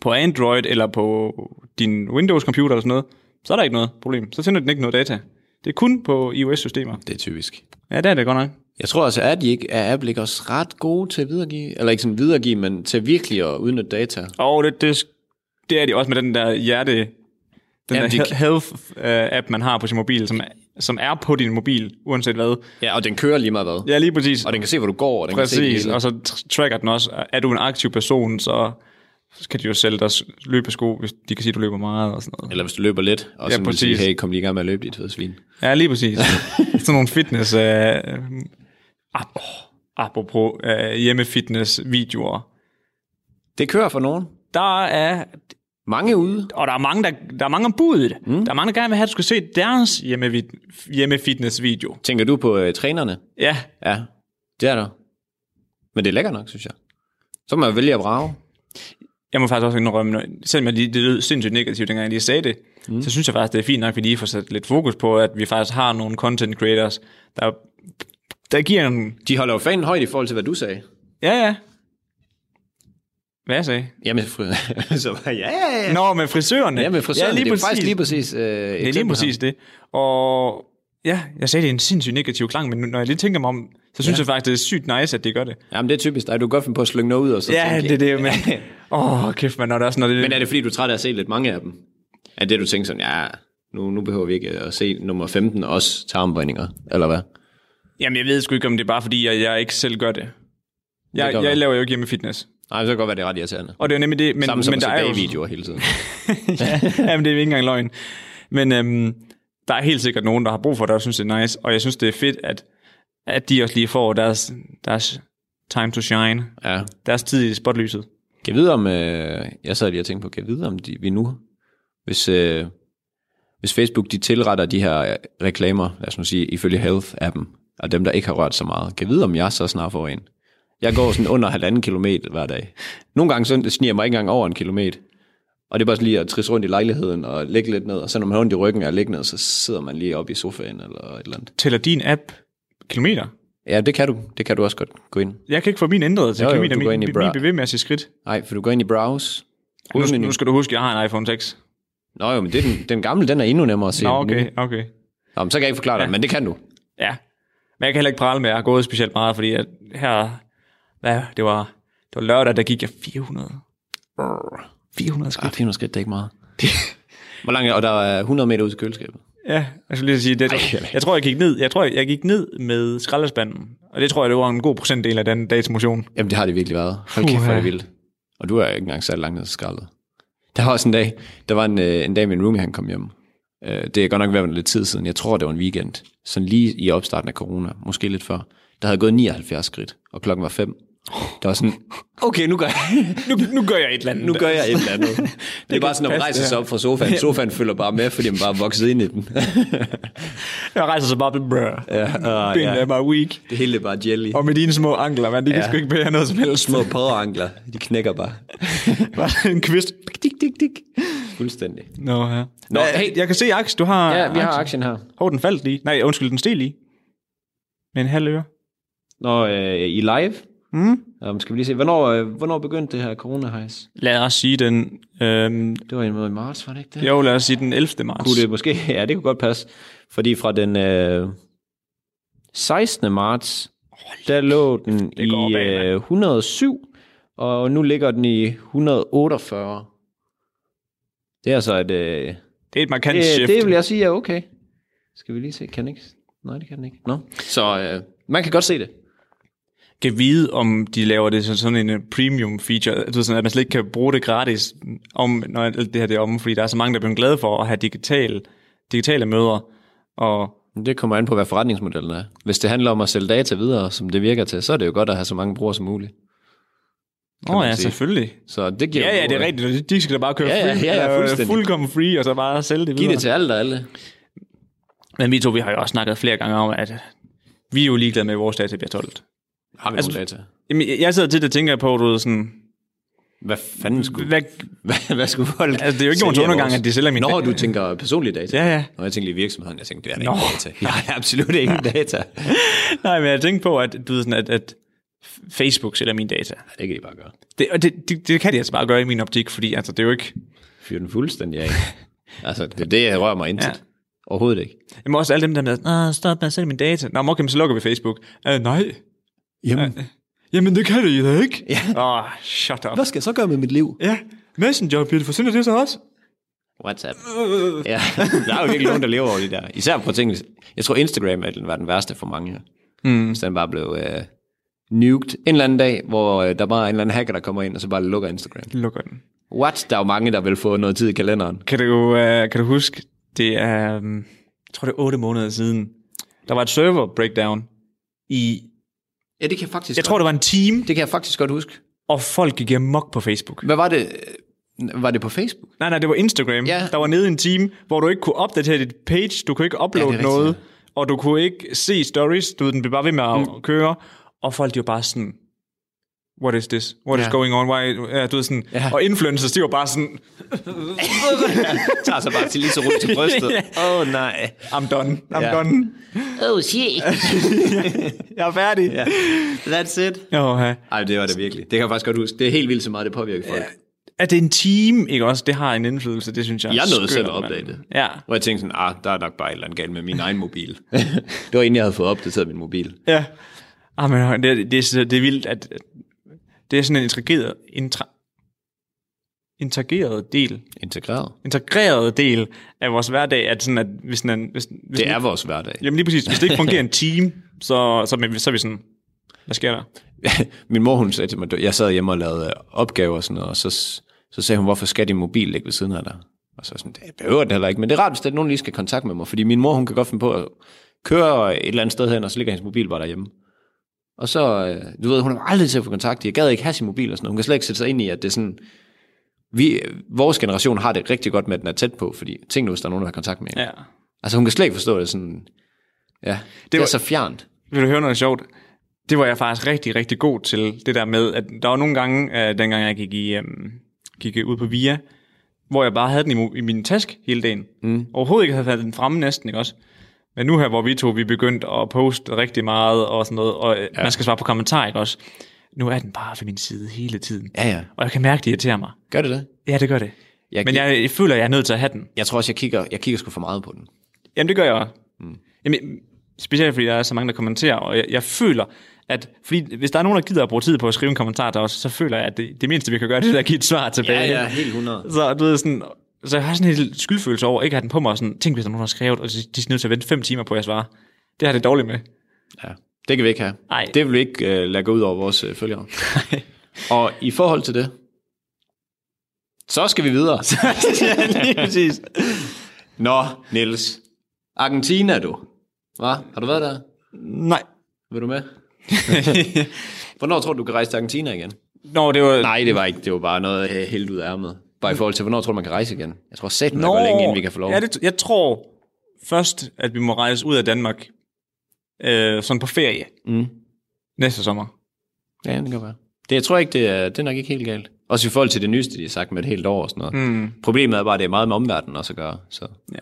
Speaker 4: på Android eller på din Windows-computer eller sådan noget, så er der ikke noget problem. Så sender den ikke noget data. Det er kun på iOS-systemer.
Speaker 5: Det er typisk.
Speaker 4: Ja, det er det godt nok.
Speaker 5: Jeg tror altså, at de ikke, er Apple ikke også ret gode til at videregive, eller ikke sådan videregive, men til virkelig at udnytte data.
Speaker 4: Og det, det, det er de også med den der hjerte... Den
Speaker 5: Jamen,
Speaker 4: Jamen, der
Speaker 5: de-
Speaker 4: he- health-app, man har på sin mobil, som, som er på din mobil, uanset hvad.
Speaker 5: Ja, og den kører lige meget hvad.
Speaker 4: Ja, lige præcis.
Speaker 5: Og den kan se, hvor du går, og den kan se det
Speaker 4: Præcis,
Speaker 5: hele.
Speaker 4: og så tr- tracker den også. Er du en aktiv person, så så kan de jo sælge dig s- løbesko, hvis de kan sige, at du løber meget og sådan noget.
Speaker 5: Eller hvis du løber lidt, og
Speaker 4: Ja,
Speaker 5: så må du sige,
Speaker 4: præcis.
Speaker 5: hey, kom lige i gang med at løbe dit fede svin.
Speaker 4: Ja, lige *laughs* præcis. sådan nogle fitness... Øh, ap- åh, apropos øh, hjemmefitness-videoer.
Speaker 5: Det kører for nogen.
Speaker 4: Der er
Speaker 5: Mange ude.
Speaker 4: og der er mange, der, der er mange om budet. Mm. Der er mange, der gerne vil have, at du skal se deres hjemmevid- hjemmefitness-video.
Speaker 5: Tænker du på øh, trænerne?
Speaker 4: Ja,
Speaker 5: Ja, det er der. Men det er lækker nok, synes jeg. Så må man vælge at brage.
Speaker 4: jeg må faktisk også indrømme, når- selvom jeg lige, det lød sindssygt negativt, dengang jeg lige sagde det, mm. så synes jeg faktisk, det er fint nok, at vi lige får sat lidt fokus på, at vi faktisk har nogle content creators, der, der giver en...
Speaker 5: De holder jo fanen højt i forhold til, hvad du sagde.
Speaker 4: Ja, ja. Hvad jeg sagde?
Speaker 5: Jamen, fri- *laughs* så bare, ja, ja, ja.
Speaker 4: Nå, med frisørerne.
Speaker 5: Ja, med frisøren,
Speaker 4: ja, lige
Speaker 5: det er jo
Speaker 4: præcis.
Speaker 5: faktisk lige præcis øh,
Speaker 4: Det er lige præcis det. Og ja, jeg sagde, det er en sindssygt negativ klang, men nu- når jeg lige tænker mig om, så synes ja. jeg faktisk, det er sygt nice, at de gør det.
Speaker 5: Jamen, det er typisk dig. Du kan godt finde på at slynge noget ud, og så
Speaker 4: Ja,
Speaker 5: tænke,
Speaker 4: det er det, men... *laughs* Åh, oh, kæft, man, når det er sådan noget...
Speaker 5: Men er det, fordi du er træt af at se lidt mange af dem? Er det, du tænker sådan, ja, nu, nu behøver vi ikke at se nummer 15 også tage armbøjninger, eller hvad?
Speaker 4: Jamen, jeg ved sgu ikke, om det er bare fordi, jeg, jeg ikke selv gør det. Jeg,
Speaker 5: kan
Speaker 4: det jeg
Speaker 5: være.
Speaker 4: laver jo ikke hjemme fitness.
Speaker 5: Nej, så kan det godt være, det er ret irriterende.
Speaker 4: Og det er jo nemlig det, men,
Speaker 5: Samme som
Speaker 4: men
Speaker 5: at
Speaker 4: der
Speaker 5: se
Speaker 4: er jo... *laughs*
Speaker 5: bagevideoer hele tiden.
Speaker 4: Jamen, det er jo ikke engang løgn. Men øhm, der er helt sikkert nogen, der har brug for det, og synes, det er nice. Og jeg synes, det er fedt, at, at de også lige får deres, deres time to shine.
Speaker 5: Ja.
Speaker 4: Deres tid i spotlyset.
Speaker 5: Kan jeg vide om, øh, jeg sad lige og tænkte på, kan jeg vide om de, vi nu, hvis, øh, hvis Facebook de tilretter de her øh, reklamer, lad os nu sige, ifølge Health-appen, og dem, der ikke har rørt så meget, kan jeg vide, om jeg så snart får en? Jeg går sådan under halvanden kilometer hver dag. Nogle gange så sniger jeg mig ikke engang over en kilometer. Og det er bare sådan lige at trisse rundt i lejligheden og ligge lidt ned. Og så når man har ondt i ryggen og ligge ned, så sidder man lige oppe i sofaen eller et eller andet.
Speaker 4: Tæller din app kilometer?
Speaker 5: Ja, det kan du. Det kan du også godt gå ind.
Speaker 4: Jeg kan ikke få min ændret til
Speaker 5: Jo, jo,
Speaker 4: kilometer.
Speaker 5: du går
Speaker 4: Min,
Speaker 5: ind i
Speaker 4: min
Speaker 5: bra-
Speaker 4: bliver ved med at sige skridt.
Speaker 5: Nej, for du går ind i browse.
Speaker 4: Nu,
Speaker 5: hovedmenu.
Speaker 4: nu skal du huske, at jeg har en iPhone 6.
Speaker 5: Nå jo, men det er den, den gamle, den er endnu nemmere at se.
Speaker 4: Nå,
Speaker 5: end den nye.
Speaker 4: okay, okay.
Speaker 5: Nå, men så kan jeg ikke forklare dig, ja. men det kan du.
Speaker 4: Ja. Men jeg kan heller ikke prale med, at jeg har gået specielt meget, fordi at her, hvad, det var, det var lørdag, der gik jeg 400. 400
Speaker 5: Ah,
Speaker 4: skridt.
Speaker 5: 400 skridt, det er ikke meget. *laughs* Hvor langt, og der er 100 meter ud til køleskabet.
Speaker 4: Ah, Ja, jeg skulle lige sige, det, jeg tror, jeg gik ned, jeg tror, jeg, jeg gik ned med skraldespanden, og det tror jeg, det var en god procentdel af den dags motion.
Speaker 5: Jamen, det har det virkelig været. Hold kæft, hvor er det
Speaker 4: Puha.
Speaker 5: vildt. Og du er ikke engang særlig langt ned til skraldet. Der var også en dag, der var en, øh, en dag, min roomie, han kom hjem. Øh, Det er godt nok været lidt tid siden. Jeg tror, det var en weekend. Sådan lige i opstarten af corona. Måske lidt før. Der havde gået 79 skridt, og klokken var 5. Der var sådan, *laughs* okay, nu gør jeg,
Speaker 4: Nu, nu gør jeg et eller andet.
Speaker 5: *laughs* nu gør jeg et eller andet. *laughs* Det, det er bare sådan, når man
Speaker 4: passe,
Speaker 5: rejser
Speaker 4: det
Speaker 5: sig op fra sofaen. Sofaen følger bare med, fordi man bare er vokset ind i den.
Speaker 4: Jeg rejser så bare på brør.
Speaker 5: *laughs* ja, og,
Speaker 4: Benene
Speaker 5: ja.
Speaker 4: er bare weak.
Speaker 5: Det hele er bare jelly.
Speaker 4: Og med dine små ankler, man, de kan sgu ikke bære noget som helst.
Speaker 5: små påreankler, de knækker *laughs* bare.
Speaker 4: Bare en kvist.
Speaker 5: Dik, dik, dik. Fuldstændig.
Speaker 4: Nå, ja. Nå,
Speaker 5: hey.
Speaker 4: hey. Jeg kan se, Aks, du har...
Speaker 5: aktien her.
Speaker 4: Hov, den faldt lige. Nej, undskyld, den steg lige. Med en halv øre.
Speaker 5: Nå, øh, i live.
Speaker 4: Mm.
Speaker 5: Um, skal vi lige se, hvornår, øh, hvornår begyndte det her coronahejs?
Speaker 4: Lad os sige den... Øhm,
Speaker 5: Det var i marts, var det ikke det?
Speaker 4: Mm. jo, lad os sige den 11. marts.
Speaker 5: Kunne det måske, *laughs* ja, det kunne godt passe. Fordi fra den øh, 16. marts, der lå den
Speaker 4: går
Speaker 5: i
Speaker 4: opad, mand.
Speaker 5: øh, 107, og nu ligger den i 148. Det er altså et... Øh,
Speaker 4: Det er et markant
Speaker 5: det,
Speaker 4: shift.
Speaker 5: det vil jeg sige er okay. Skal vi lige se, kan den ikke? Nej, det kan den ikke. Nå. Så øh, man kan godt se det.
Speaker 4: kan vide, om de laver det som sådan en øh, premium feature, du ved, sådan, at man slet ikke kan bruge det gratis, om, når alt det her det er omme, fordi der er så mange, der bliver glade for at have digitale, digitale møder, og
Speaker 5: Men Det kommer an på, hvad forretningsmodellen er. Hvis det handler om at sælge data videre, som det virker til, så er det jo godt at have så mange brugere som muligt.
Speaker 4: Åh oh,
Speaker 5: man
Speaker 4: ja,
Speaker 5: sige.
Speaker 4: selvfølgelig.
Speaker 5: Så det giver
Speaker 4: Ja,
Speaker 5: jo
Speaker 4: ja,
Speaker 5: god
Speaker 4: det er
Speaker 5: mening.
Speaker 4: rigtigt. De skal da bare køre
Speaker 5: Ja, ja,
Speaker 4: free,
Speaker 5: ja,
Speaker 4: øh,
Speaker 5: fuldstændig.
Speaker 4: fuldkommen free, og så bare sælge det
Speaker 5: Giv
Speaker 4: videre.
Speaker 5: det til alle og alle.
Speaker 4: Men vi to, vi har jo også snakket flere gange om, at vi er jo ligeglade med, at vores data bliver toldt.
Speaker 5: Har vi
Speaker 4: Altså-
Speaker 5: altså, nogle data?
Speaker 4: Jamen, jeg- jeg sidder tit og tænker på, du ved, sådan,
Speaker 5: Hvad fanden skulle... *laughs*
Speaker 4: hvad,
Speaker 5: Hvad, hvad skulle folk...
Speaker 4: Altså, det er jo ikke nogen
Speaker 5: sælge af
Speaker 4: undergang,
Speaker 5: vores-
Speaker 4: at de sælger min
Speaker 5: Når
Speaker 4: data.
Speaker 5: du tænker personlige data.
Speaker 4: ja, ja.
Speaker 5: Når jeg tænker lige virksomheden, jeg tænker, det er da
Speaker 4: Nå.
Speaker 5: ikke data. *laughs* Jeg har absolut
Speaker 4: *laughs*
Speaker 5: ingen data. Ja,
Speaker 4: Nej, men jeg tænker på, at, du ved, sådan, at, at Facebook sælger mine data.
Speaker 5: det kan de bare gøre.
Speaker 4: Det, og det, det, det, kan de altså bare gøre i min optik, fordi altså, det er jo ikke...
Speaker 5: Fyr den fuldstændig
Speaker 4: *laughs*
Speaker 5: af. altså, det er det, jeg rører mig ind til.
Speaker 4: Ja.
Speaker 5: Ja. Overhovedet ikke.
Speaker 4: Jamen også alle dem der med, Nå, stop med at sælge mine data. Nå, men okay, men så lukker vi Facebook. Øh, nej. Øh,
Speaker 5: Jamen,
Speaker 4: Jamen, det kan det I da ikke.
Speaker 5: Ja.
Speaker 4: Åh, oh, shut up.
Speaker 5: skal jeg så gøre med mit liv?
Speaker 4: Ja, Messenger bliver det forsinket det så også.
Speaker 5: WhatsApp. Ja, der er jo virkelig nogen, der lever over det der. Især på ting. Jeg tror, Instagram er den, var den værste for mange. Mm. Hvis den bare blev øh, nuked en eller anden dag, hvor øh, der bare er en eller anden hacker, der kommer ind, og så bare lukker Instagram.
Speaker 4: Lukker den.
Speaker 5: What? Der er jo mange, der vil få noget tid i kalenderen.
Speaker 4: Kan du, øh, kan du huske, det er, øhm, jeg tror det er otte måneder siden, der var et server breakdown i,
Speaker 5: Ja, det kan jeg faktisk
Speaker 4: jeg tror det var en time,
Speaker 5: det kan jeg faktisk godt huske.
Speaker 4: og folk gik amok på Facebook.
Speaker 5: Hvad var det? Øh, Var det på Facebook?
Speaker 4: Nej, nej, det var Instagram,
Speaker 5: Ja.
Speaker 4: der var nede i en time, hvor du ikke kunne opdatere dit page, du kunne ikke uploade
Speaker 5: rigtigt,
Speaker 4: noget, og du kunne ikke se stories, du ved, den blev bare ved med at mm. køre, og folk de var bare sådan, what is this? What ja. is
Speaker 5: Ja.
Speaker 4: going on? Why? Ja, du ved, sådan, ja. Og influencers, de var bare sådan,
Speaker 5: *laughs* Tager sig bare til lige så rundt til *laughs* brystet. Åh oh, nej.
Speaker 4: I'm done, I'm ja.
Speaker 5: Ja.
Speaker 4: done,
Speaker 5: *laughs* Oh shit.
Speaker 4: *laughs* jeg er færdig. Ja.
Speaker 5: That's it.
Speaker 4: Oh, ja.
Speaker 5: Ej, det var det virkelig. Det kan jeg faktisk godt huske. Det er helt vildt så meget, det påvirker folk.
Speaker 4: at det er en time, ikke også? Det har en indflydelse, det synes jeg er
Speaker 5: Jeg nåede
Speaker 4: skørt,
Speaker 5: selv at
Speaker 4: mand.
Speaker 5: opdage det.
Speaker 4: Ja.
Speaker 5: Hvor jeg tænkte sådan, ah, der er nok bare et eller andet galt med min egen mobil. *laughs* det var inden jeg havde fået opdateret min mobil.
Speaker 4: ja. Ah, men det, er- det, er, så- det er vildt, at at det er sådan en integreret, intra, integreret del,
Speaker 5: Integreret.
Speaker 4: integreret del af vores hverdag, at sådan, at hvis, sådan en, hvis, hvis
Speaker 5: Det er vores hverdag.
Speaker 4: Jamen lige præcis, hvis det ikke fungerer en time, så, så, så, så er vi sådan, hvad sker der?
Speaker 5: *laughs* min mor, hun sagde til mig, jeg sad hjemme og lavede opgaver og sådan noget, og så, så sagde hun, hvorfor skal din mobil ligge ved siden af dig? Og så var jeg sådan, det behøver den heller ikke, men det er rart, hvis der er nogen, der lige skal i kontakt med mig, fordi min mor, hun kan godt finde på at køre et eller andet sted hen, og så ligger hendes mobil bare derhjemme. Og så, øh, du ved, hun har aldrig til at få kontakt, jeg gad ikke have sin mobil og sådan noget. Hun kan slet ikke sætte sig ind i, at det er sådan, vi, vores generation har det rigtig godt med, at den er tæt på, fordi tænk nu, hvis der er nogen, der har kontakt med hende. Ja. Altså, hun kan slet ikke forstå det sådan, ja, det, det
Speaker 4: var-
Speaker 5: er så fjernt.
Speaker 4: Vil du høre noget sjovt? Det var jeg faktisk rigtig, rigtig god til, det der med, at der var nogle gange, øh, dengang jeg gik, i, øh, gik ud på VIA, hvor jeg bare havde den i, mo- i min task hele dagen. Mm. Overhovedet ikke havde den fremme næsten, ikke også? Men nu her, hvor vi to, vi er begyndt at poste rigtig meget og sådan noget, og ja. man skal svare på kommentarer, ikke også? Nu er den bare ved min side hele tiden.
Speaker 5: Ja, ja.
Speaker 4: Og jeg kan mærke, det irriterer mig.
Speaker 5: Gør det det?
Speaker 4: Ja, det gør det.
Speaker 5: Jeg
Speaker 4: Men
Speaker 5: gi-
Speaker 4: jeg, jeg føler, jeg er nødt til at have den.
Speaker 5: Jeg tror også, jeg kigger, jeg kigger sgu for meget på den.
Speaker 4: Jamen, det gør jeg også. Mm. Jamen, specielt fordi der er så mange, der kommenterer, og jeg, jeg føler, at fordi hvis der er nogen, der gider at bruge tid på at skrive en kommentar til os, så føler jeg, at det, det mindste, vi kan gøre, det er at give et svar tilbage.
Speaker 5: helt 100.
Speaker 4: Så du ved sådan, så jeg har sådan en lille skyldfølelse over, ikke at have den på mig, og sådan, tænk hvis der er nogen, der har skrevet, og de de skal nødt til at vente fem timer på, at jeg svarer. Det har jeg det dårligt med.
Speaker 5: Ja, det kan vi ikke have.
Speaker 4: Ej.
Speaker 5: Det vil vi ikke øh, lade gå ud over vores øh,
Speaker 4: *laughs*
Speaker 5: følgere. Og i forhold til det, så skal vi videre.
Speaker 4: *laughs* ja, lige præcis.
Speaker 5: Nå, Niels. Argentina, du. Hva? Har du været der?
Speaker 4: Nej.
Speaker 5: Vil
Speaker 4: *laughs*
Speaker 5: du med? Hvornår tror du, du kan rejse til Argentina igen?
Speaker 4: Nå, det var...
Speaker 5: Nej, det var ikke. Det var bare noget øh, helt ud af ærmet. Bare i forhold til, hvornår tror du, man kan rejse igen? Jeg tror sæt, der går længe, inden vi kan få lov.
Speaker 4: Ja, det, jeg tror først, at vi må rejse ud af Danmark, øh, sådan på ferie,
Speaker 5: Mm.
Speaker 4: næste sommer.
Speaker 5: Ja, det kan være. Det, jeg tror ikke, det er, det er nok ikke helt galt. Også i forhold til det nyeste, de har sagt med et helt år og sådan noget. Mm. Problemet er bare, at det er meget med omverdenen også at gøre. Så.
Speaker 4: Ja.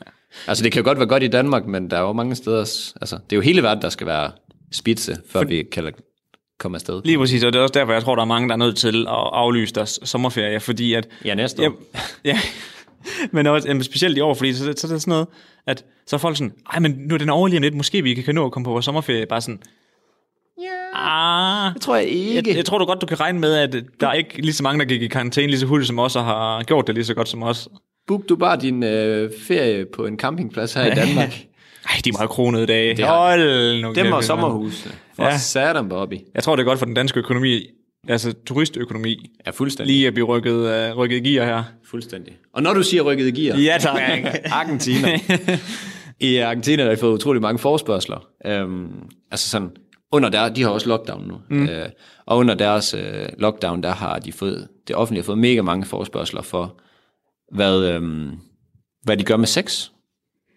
Speaker 5: Altså, det kan jo godt være godt i Danmark, men der er jo mange steder... s- Altså, det er jo hele verden, der skal være spidse, før For... vi kan komme afsted.
Speaker 4: Lige præcis, og det er også derfor, jeg tror, der er mange, der er nødt til at aflyse deres sommerferie, fordi at...
Speaker 5: Ja, næste år.
Speaker 4: Ja, *laughs* ja men også, jamen, specielt i år, fordi så, så, så er det sådan noget, at så er folk sådan, ej, men nu er den over lige om lidt, måske vi kan nå at komme på vores sommerferie, bare sådan, ah,
Speaker 5: Det tror jeg
Speaker 4: jeg,
Speaker 5: ikke.
Speaker 4: jeg tror du godt, du kan regne med, at der er ikke lige så mange, der gik i karantæne lige så hurtigt som os, og har gjort det lige så godt som os.
Speaker 5: Book du bare din øh, ferie på en campingplads *laughs* her i Danmark.
Speaker 4: Ej, de er meget kronede dage.
Speaker 5: Det
Speaker 4: Det
Speaker 5: har-
Speaker 4: Hold nu kæft,
Speaker 5: Dem og
Speaker 4: mand.
Speaker 5: sommerhuse. For ja.
Speaker 4: Ja.
Speaker 5: satan, Bobby.
Speaker 4: Jeg tror, det er godt for den danske økonomi, altså turistøkonomi,
Speaker 5: Ja, fuldstændig.
Speaker 4: lige at blive rykket, uh, rykket i gear her.
Speaker 5: fuldstændig. Og når du siger rykket i gear,
Speaker 4: Ja, tak.
Speaker 5: *laughs* Argentina. I Argentina har de fået utrolig mange forspørgseler. Øhm, altså sådan, under der, de har også lockdown nu. Mm. Øh, og under deres øh, lockdown, der har de fået, det offentlige har fået mega mange forspørgseler for, hvad, øhm, hvad de gør med sex.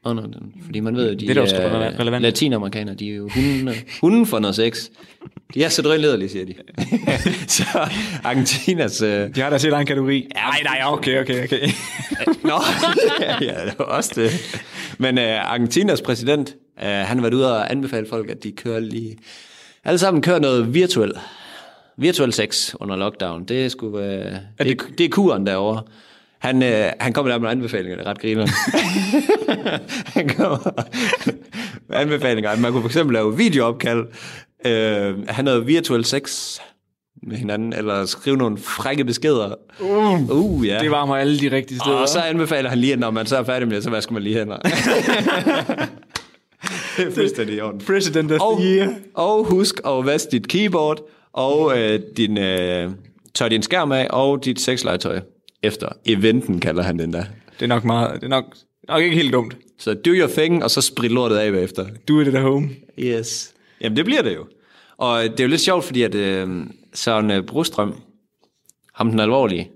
Speaker 5: Under den. Fordi man ved jo, de
Speaker 4: Det er da også relevant- relevant.
Speaker 5: latinamerikanere, de er jo hunden, hunden for noget sex. De er så
Speaker 4: *laughs*
Speaker 5: drønlederlige, siger de. *laughs* så Argentinas... Øh,
Speaker 4: De har da set en kategori. Nej, nej, okay, okay, okay.
Speaker 5: *laughs* Nå, ja, det var også det. Men øh, Argentinas præsident, øh, han har været ude og anbefale folk, at de kører lige... Alle sammen kører noget virtuel. Virtuel sex under lockdown. Det, skulle, øh, det, det, det er kuren derovre. Han, øh, han kommer der med anbefalinger, det er ret *laughs* griner. han kommer med anbefalinger. Man kunne for eksempel lave videoopkald. Øh, han havde virtuel sex med hinanden, eller skrive nogle frække beskeder. Uh, uh ja.
Speaker 4: *laughs* Det varmer alle de rigtige steder.
Speaker 5: Og så anbefaler han lige, at når man så er færdig med det, så vasker man lige *laughs* hænder. det er fuldstændig i orden.
Speaker 4: President of
Speaker 5: Og,
Speaker 4: the year.
Speaker 5: og husk at vaske dit keyboard, og øh, din, øh, tør din skærm af, og dit sexlegetøj. Efter eventen, kalder han den der.
Speaker 4: Det er nok meget, det er nok, nok ikke helt dumt.
Speaker 5: Så do your thing, og så sprit lortet af bagefter.
Speaker 4: Do it at home.
Speaker 5: Yes. Jamen, det bliver det jo. Og øh, det er jo lidt sjovt, fordi at øh, Søren øh, Brostrøm, ham den alvorlige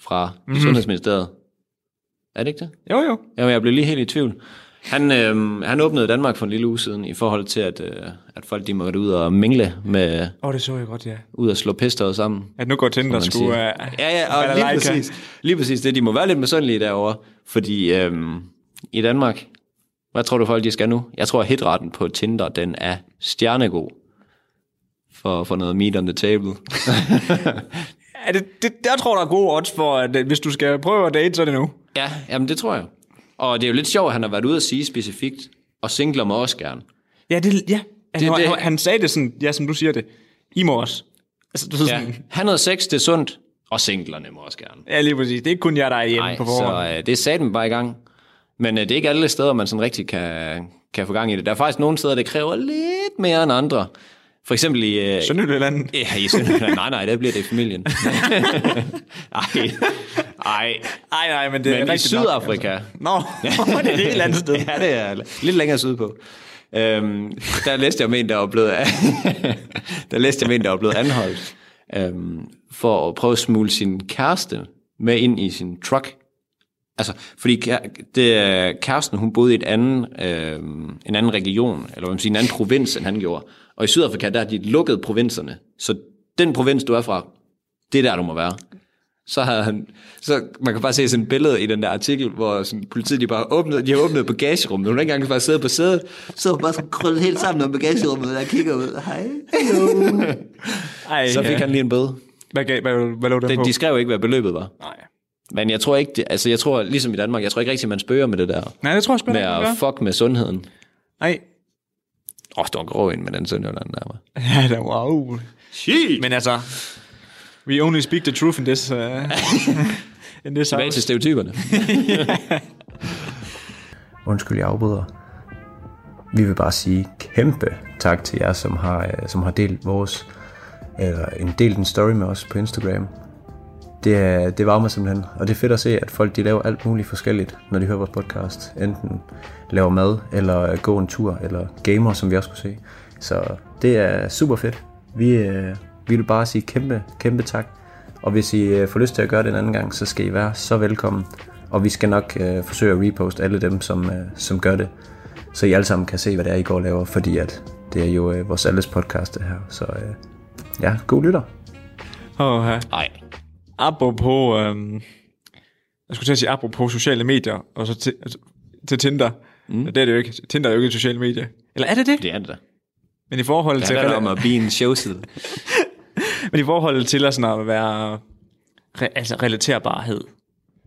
Speaker 5: fra mm-hmm. Sundhedsministeriet, er det ikke det?
Speaker 4: Jo, jo.
Speaker 5: Ja, jeg blev lige helt i tvivl. Han, øh, han åbnede Danmark for en lille uge siden i forhold til, at, øh, at folk de måtte ud og mingle med,
Speaker 4: Åh, oh, det så jeg godt, ja.
Speaker 5: ud og slå pesteret sammen.
Speaker 4: At nu går Tinder
Speaker 5: man
Speaker 4: skulle...
Speaker 5: siger.
Speaker 4: Uh,
Speaker 5: Ja, ja, og lige præcis, lige præcis det. De må være lidt misundelige derovre, fordi øh, i Danmark, hvad tror du folk de skal nu? Jeg tror, at hitretten på Tinder, den er stjernegod for, for noget meat on the table.
Speaker 4: Er det, det, der tror jeg, der er gode odds for, at øh, hvis du skal prøve at date, så er det nu.
Speaker 5: Ja, jamen det tror jeg. Og det er jo lidt sjovt, at han har været ude at sige specifikt, og singler må også gerne.
Speaker 4: Ja, det, ja. Han,
Speaker 5: Det-
Speaker 4: det,
Speaker 5: det-
Speaker 4: det. han sagde det sådan, ja, som du siger det. I må også. Altså, du ved
Speaker 5: Ja.
Speaker 4: sådan,
Speaker 5: Han noget sex, det er sundt, og singlerne må også gerne.
Speaker 4: ja. lige præcis. Det er ikke kun jer, der er hjemme
Speaker 5: Nej,
Speaker 4: på forhånd.
Speaker 5: så øh, det sagde dem bare i gang. Men øh, det er ikke alle steder, man sådan rigtig kan, kan få gang i det. Der er faktisk nogle steder, det kræver lidt mere end andre. For eksempel i... Øh,
Speaker 4: Så nyt eller andet.
Speaker 5: ja, i Sønderjylland. Nej, nej, der bliver det i familien. *laughs* Ej, ej.
Speaker 4: Nej, nej, men det er
Speaker 5: Men i
Speaker 4: rigtigt nok,
Speaker 5: Sydafrika,
Speaker 4: Altså. Nå, *laughs* det er et helt andet sted.
Speaker 5: *laughs* ja, det er lidt længere sydpå. Øhm, der læste jeg om en, der var blevet, *laughs* der læste jeg om en, der var blevet anholdt øhm, for at prøve at smule sin kæreste med ind i sin truck. Altså, fordi kæ- det, er- kæresten, hun boede i et anden, øhm, en anden region, eller hvad man siger, en anden provins, end han gjorde. Og i Sydafrika, der har de lukket provinserne. Så den provins, du er fra, det er der, du må være så havde han, så man kan bare se sådan et billede i den der artikel, hvor sådan, politiet de bare åbnede, de har åbnet bagagerummet, hun har ikke engang bare siddet på sædet, så var hun bare sådan krøllet helt sammen om bagagerummet, og der kigger ud, hej, hello.
Speaker 4: Ej,
Speaker 5: Så fik
Speaker 4: ja.
Speaker 5: han lige en bøde.
Speaker 4: Hvad, gav, hvad, hvad lå der
Speaker 5: De,
Speaker 4: på?
Speaker 5: de skrev ikke, hvad beløbet var.
Speaker 4: Nej.
Speaker 5: Men jeg tror ikke, det, altså jeg tror, ligesom i Danmark, jeg tror ikke rigtig, man spøger med det der,
Speaker 4: Nej, det tror jeg sgu
Speaker 5: med
Speaker 4: ikke, man gør.
Speaker 5: at fuck med sundheden.
Speaker 4: Nej. *laughs*
Speaker 5: Åh, oh, det var en grov ind med den Sønderjylland der var.
Speaker 4: Ja, der var wow. Men altså, we only speak the truth in this, *laughs* uh, in this
Speaker 5: Tilbage til
Speaker 4: house.
Speaker 5: stereotyperne.
Speaker 6: Undskyld, jeg afbryder. Vi vil bare sige kæmpe tak til jer, som har, øh, som har delt vores, eller en delt en story med os på Instagram. Det, er- det varmer simpelthen, og det er fedt at se, at folk de laver alt muligt forskelligt, når de hører vores podcast. Enten laver mad, eller går en tur, eller gamer, som vi også kunne se. Så det er super fedt. Vi, øh, vi vil bare sige kæmpe, kæmpe tak. Og hvis I øh, får lyst til at gøre det en anden gang, så skal I være så velkommen. Og vi skal nok øh, forsøge at reposte alle dem, som, øh, som gør det. Så I alle sammen kan se, hvad det er, I går og laver, fordi at det er jo øh, vores alles podcast, det her. Så øh, ja, god lytter.
Speaker 4: Åh, ja.
Speaker 5: Nej,
Speaker 4: apropos, øhm, jeg skulle til at sige apropos sociale medier, og så til, altså, til Tinder. Mm. Det er det jo ikke. Tinder er jo ikke et socialt medie. Eller er det det?
Speaker 5: det er det da.
Speaker 4: Men i forhold
Speaker 5: Det
Speaker 4: til,
Speaker 5: er da om at blive en showside.
Speaker 4: men i forhold til at, sådan at være re, altså relaterbarhed.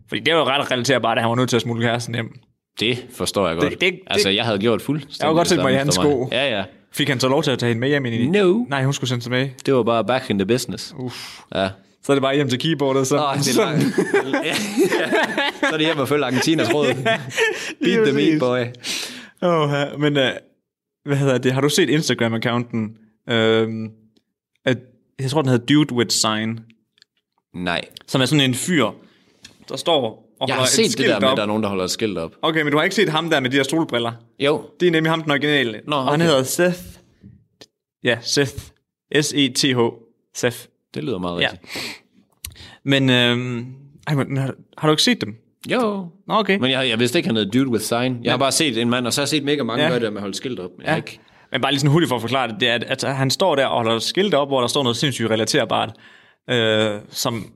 Speaker 4: Fordi det var jo ret relaterbart, at han var nødt til at smule kæresten hjem.
Speaker 5: Det forstår jeg godt.
Speaker 4: Det- det- det-
Speaker 5: altså, jeg havde gjort fuldstændig
Speaker 4: Jeg kunne godt
Speaker 5: det
Speaker 4: tænke mig i
Speaker 5: samme
Speaker 4: hans
Speaker 5: for mig.
Speaker 4: sko.
Speaker 5: Ja, ja.
Speaker 4: Fik han så lov til at tage hende med hjem ind i
Speaker 5: No.
Speaker 4: Nej, hun skulle sendes med.
Speaker 5: Det var bare back in the business.
Speaker 4: Uff.
Speaker 5: Ja.
Speaker 4: Så er det bare hjem til keyboardet. Så,
Speaker 5: Åh, det er
Speaker 4: så,
Speaker 5: langt. ja, *laughs* Så er det hjem og følge Argentinas råd. Beat the meat, boy.
Speaker 4: Åh, men øh, hvad hedder det? Har du set Instagram-accounten? Øhm, at, jeg tror, den hedder Dude with Sign,
Speaker 5: Nej.
Speaker 4: som er sådan en fyr, der står og
Speaker 5: Jeg
Speaker 4: holder
Speaker 5: har
Speaker 4: et
Speaker 5: set det
Speaker 4: skilt
Speaker 5: der med,
Speaker 4: op.
Speaker 5: at der er nogen, der holder et skilt op.
Speaker 4: Okay, men du har ikke set ham der med de der solbriller.
Speaker 5: Jo.
Speaker 4: Det er nemlig ham, den originale.
Speaker 5: Nå,
Speaker 4: Og han
Speaker 5: okay.
Speaker 4: hedder Seth. Ja, Seth. S-E-T-H. Seth.
Speaker 5: Det lyder meget
Speaker 4: Ja.
Speaker 5: rigtigt.
Speaker 4: Men, øhm, ej, men har, har du ikke set dem?
Speaker 5: Jo.
Speaker 4: Nå, okay.
Speaker 5: Men jeg, jeg vidste ikke, han hed Dude with Sign. Jeg har bare set en mand, og så har jeg set mega mange
Speaker 4: Ja.
Speaker 5: ja. gøre det der med at holde skilt op. Men ja. jeg
Speaker 4: Ja.
Speaker 5: har ikke.
Speaker 4: Men bare lige sådan hurtigt for at forklare det, det er, at, at han står der og holder skilte op, hvor der står noget sindssygt relaterbart, øh, som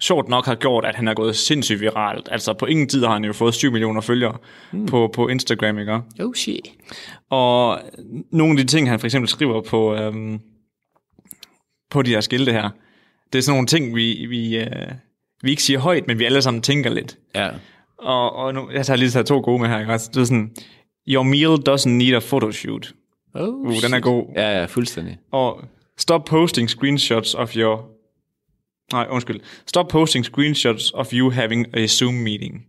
Speaker 4: sjovt nok har gjort, at han er gået sindssygt viralt. Altså på ingen tid har han jo fået 7 millioner følgere mm. på, på Instagram, ikke?
Speaker 5: Hmm. Oh shit.
Speaker 4: Og nogle af de ting, han for eksempel skriver på, øhm, på de her skilte her, det er sådan nogle ting, vi, vi, øh, vi ikke siger højt, men vi alle sammen tænker lidt.
Speaker 5: Ja.
Speaker 4: Og, og nu, jeg tager lige taget to gode med her, ikke? også? Det er sådan, your meal doesn't need a photoshoot.
Speaker 5: Oh,
Speaker 4: Uh, den er god.
Speaker 5: Ja, ja, fuldstændig.
Speaker 4: Og stop posting screenshots of your... Nej, undskyld. Stop posting screenshots of you having a Zoom meeting.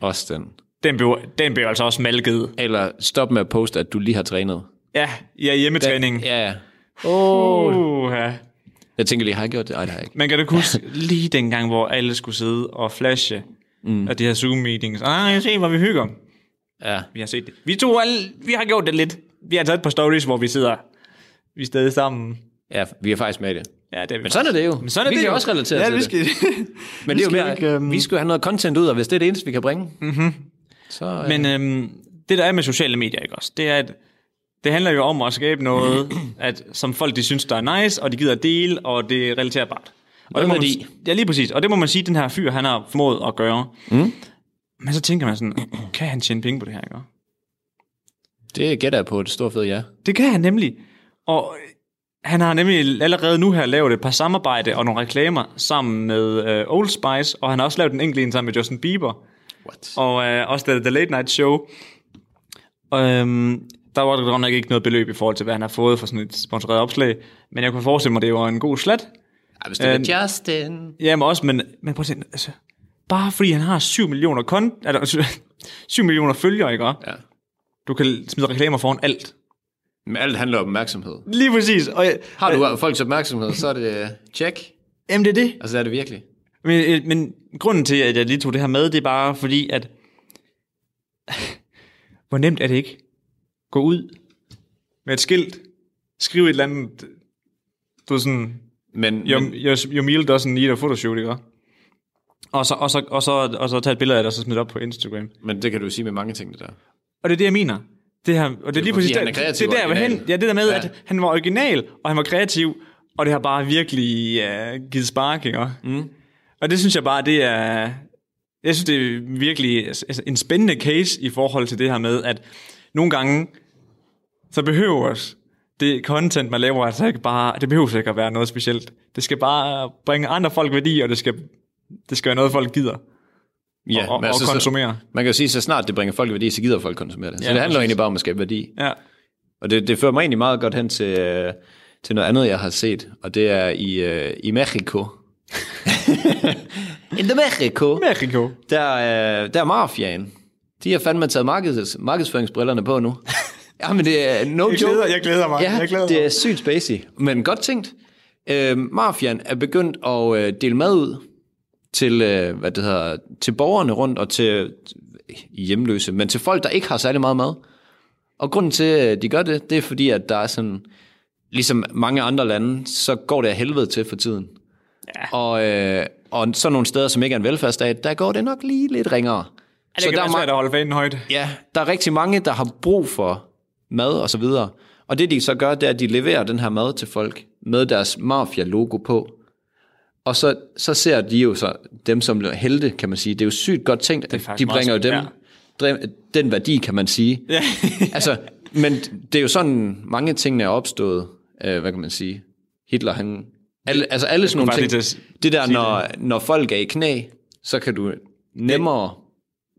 Speaker 5: Også den.
Speaker 4: Den blev, den blev altså også malket.
Speaker 5: Eller stop med at poste, at du lige har trænet.
Speaker 4: Ja, ja hjemmetræning.
Speaker 5: Ja, ja.
Speaker 4: Uh, ja.
Speaker 5: Jeg tænker lige, har jeg gjort det? Ej, det har jeg ikke.
Speaker 4: Man kan da huske lige dengang, hvor alle skulle sidde og flashe mm. af de her Zoom-meetings. Ah, se, hvor vi hygger.
Speaker 5: Ja.
Speaker 4: Vi har set det. Vi to alle, vi har gjort det lidt. Vi har taget et par stories, hvor vi sidder vi er stadig sammen.
Speaker 5: ja, vi er faktisk med i det.
Speaker 4: Ja, det er vi.
Speaker 5: Men sådan er det jo.
Speaker 4: Men sådan er
Speaker 5: vi
Speaker 4: det
Speaker 5: kan
Speaker 4: jo.
Speaker 5: også relatere
Speaker 4: ja,
Speaker 5: til
Speaker 4: vi
Speaker 5: det.
Speaker 4: skal,
Speaker 5: Men det er jo
Speaker 4: skal
Speaker 5: mere,
Speaker 4: ikke, øhm, Mhm.
Speaker 5: vi skal jo have noget content ud, og hvis det er det eneste, vi kan bringe, mm-hmm. så... øh,
Speaker 4: Men øhm, det, der er med sociale medier, ikke også, det er, at det handler jo om at skabe noget, *clears throat* at, som folk de synes, der er nice, og de gider at dele, og det er relaterbart. Og det må man,
Speaker 5: værdi.
Speaker 4: ja, lige præcis. Og det må man sige, at den her fyr, han har formået at gøre. Mm. Men så tænker man sådan, *clears throat* kan han tjene penge på det her, ikke?
Speaker 5: Det gætter jeg på et stort fedt ja.
Speaker 4: Det kan han nemlig. Og øh, han har nemlig allerede nu her lavet et par samarbejde og nogle reklamer sammen med øh, Old Spice, og han har også lavet en enkelt en sammen med Justin Bieber.
Speaker 5: What?
Speaker 4: og øh, også The, The Late Night Show. Øhm, der var der godt nok ikke noget beløb i forhold til, hvad han har fået for sådan et sponsoreret opslag, men jeg kunne forestille mig, det var en god slat.
Speaker 5: Ej, hvis det
Speaker 4: Øh,
Speaker 5: var Justin...
Speaker 4: Jamen også, men, men prøv at tænke, altså, bare fordi han har 7 millioner, kon, altså, *laughs* 7 millioner følgere, ikke? også?
Speaker 5: Ja.
Speaker 4: Du kan smide reklamer foran alt.
Speaker 5: Men alt handler om opmærksomhed. Øh,
Speaker 4: Lige præcis. Og, jeg-
Speaker 5: Har du folks opmærksomhed, så er det øh, check.
Speaker 4: jamen, det er det.
Speaker 5: Altså, det er det virkelig.
Speaker 4: Men, øh, men grunden til, at jeg lige tog det her med, det er bare fordi, at *laughs* hvor nemt er det ikke? Gå ud med et skilt, skriv et eller andet, du ved sådan,
Speaker 5: Men,
Speaker 4: your,
Speaker 5: men
Speaker 4: your, your meal doesn't need a photoshoot, ikke? Og så, og, så, og, så, og så tage et billede af det, og så smide det op på Instagram.
Speaker 5: Men det kan du jo sige med mange ting, det der.
Speaker 4: Og det er det, jeg mener. Det her, og det er lige
Speaker 5: fordi
Speaker 4: præcis
Speaker 5: han
Speaker 4: der,
Speaker 5: er
Speaker 4: det er
Speaker 5: kreativ
Speaker 4: der, jeg vil hen.
Speaker 5: original.
Speaker 4: Ja, det der med,
Speaker 5: Ja.
Speaker 4: ja. at han var original, og han var kreativ, og det har bare virkelig uh, givet spark, ikke? Mm. Og det synes jeg bare, det er... Jeg synes, det er virkelig altså, en spændende case i forhold til det her med, at nogle gange, så behøver os det content, man laver, altså ikke bare, det behøver ikke at være noget specielt. Det skal bare bringe andre folk værdi, og det skal, det skal være noget, folk gider ja, og, og,
Speaker 5: men
Speaker 4: og
Speaker 5: altså,
Speaker 4: konsumere.
Speaker 5: Så, man kan jo sige, så snart det bringer folk værdi, så gider folk konsumere det. Så
Speaker 4: Ja,
Speaker 5: ja, det handler
Speaker 4: præcis.
Speaker 5: egentlig bare om at skabe værdi.
Speaker 4: Ja.
Speaker 5: Og det, det fører mig egentlig meget godt hen til, øh, til noget andet, jeg har set, og det er i, øh, i Mexico. In the Mexico,
Speaker 4: Mexico.
Speaker 5: der, øh, der er mafiaen. De har fandme taget markeds, markedsføringsbrillerne
Speaker 4: *laughs*
Speaker 5: på nu. Jamen, det er no
Speaker 4: Jeg
Speaker 5: joke.
Speaker 4: glæder, jeg glæder mig.
Speaker 5: Ja,
Speaker 4: jeg glæder
Speaker 5: det
Speaker 4: mig.
Speaker 5: er sygt spacey. Men godt tænkt. Øh, mafian er begyndt at øh, dele mad ud til, øh, hvad det hedder, til borgerne rundt og til øh, hjemløse, men til folk, der ikke har særlig meget mad. Og grunden til, at de gør det, det er fordi, at der er sådan, ligesom mange andre lande, så går det af helvede til for tiden. Ja. Og, øh, og sådan nogle steder, som ikke er en velfærdsstat, der går det nok lige lidt ringere.
Speaker 4: Ja, det kan være
Speaker 5: er ma-
Speaker 4: svært at holde fanen *laughs* højt.
Speaker 5: Ja, der er rigtig mange, der har brug for mad og så videre. Og det, de så gør, det er, at de leverer den her mad til folk med deres mafia-logo på. Og så, så ser de jo så dem som helte, kan man sige. Det er jo sygt godt tænkt, at de
Speaker 4: faktisk
Speaker 5: bringer jo
Speaker 4: meget
Speaker 5: dem,
Speaker 4: smart,
Speaker 5: ja. den værdi, kan man sige. Ja. altså, men det er jo sådan, mange tingene er opstået, øh, hvad kan man sige. Hitler, han... Alle, altså alle sådan
Speaker 4: skulle bare
Speaker 5: nogle ting.
Speaker 4: lige til at
Speaker 5: Det der,
Speaker 4: sige
Speaker 5: når, når folk er i knæ, så kan du nemmere...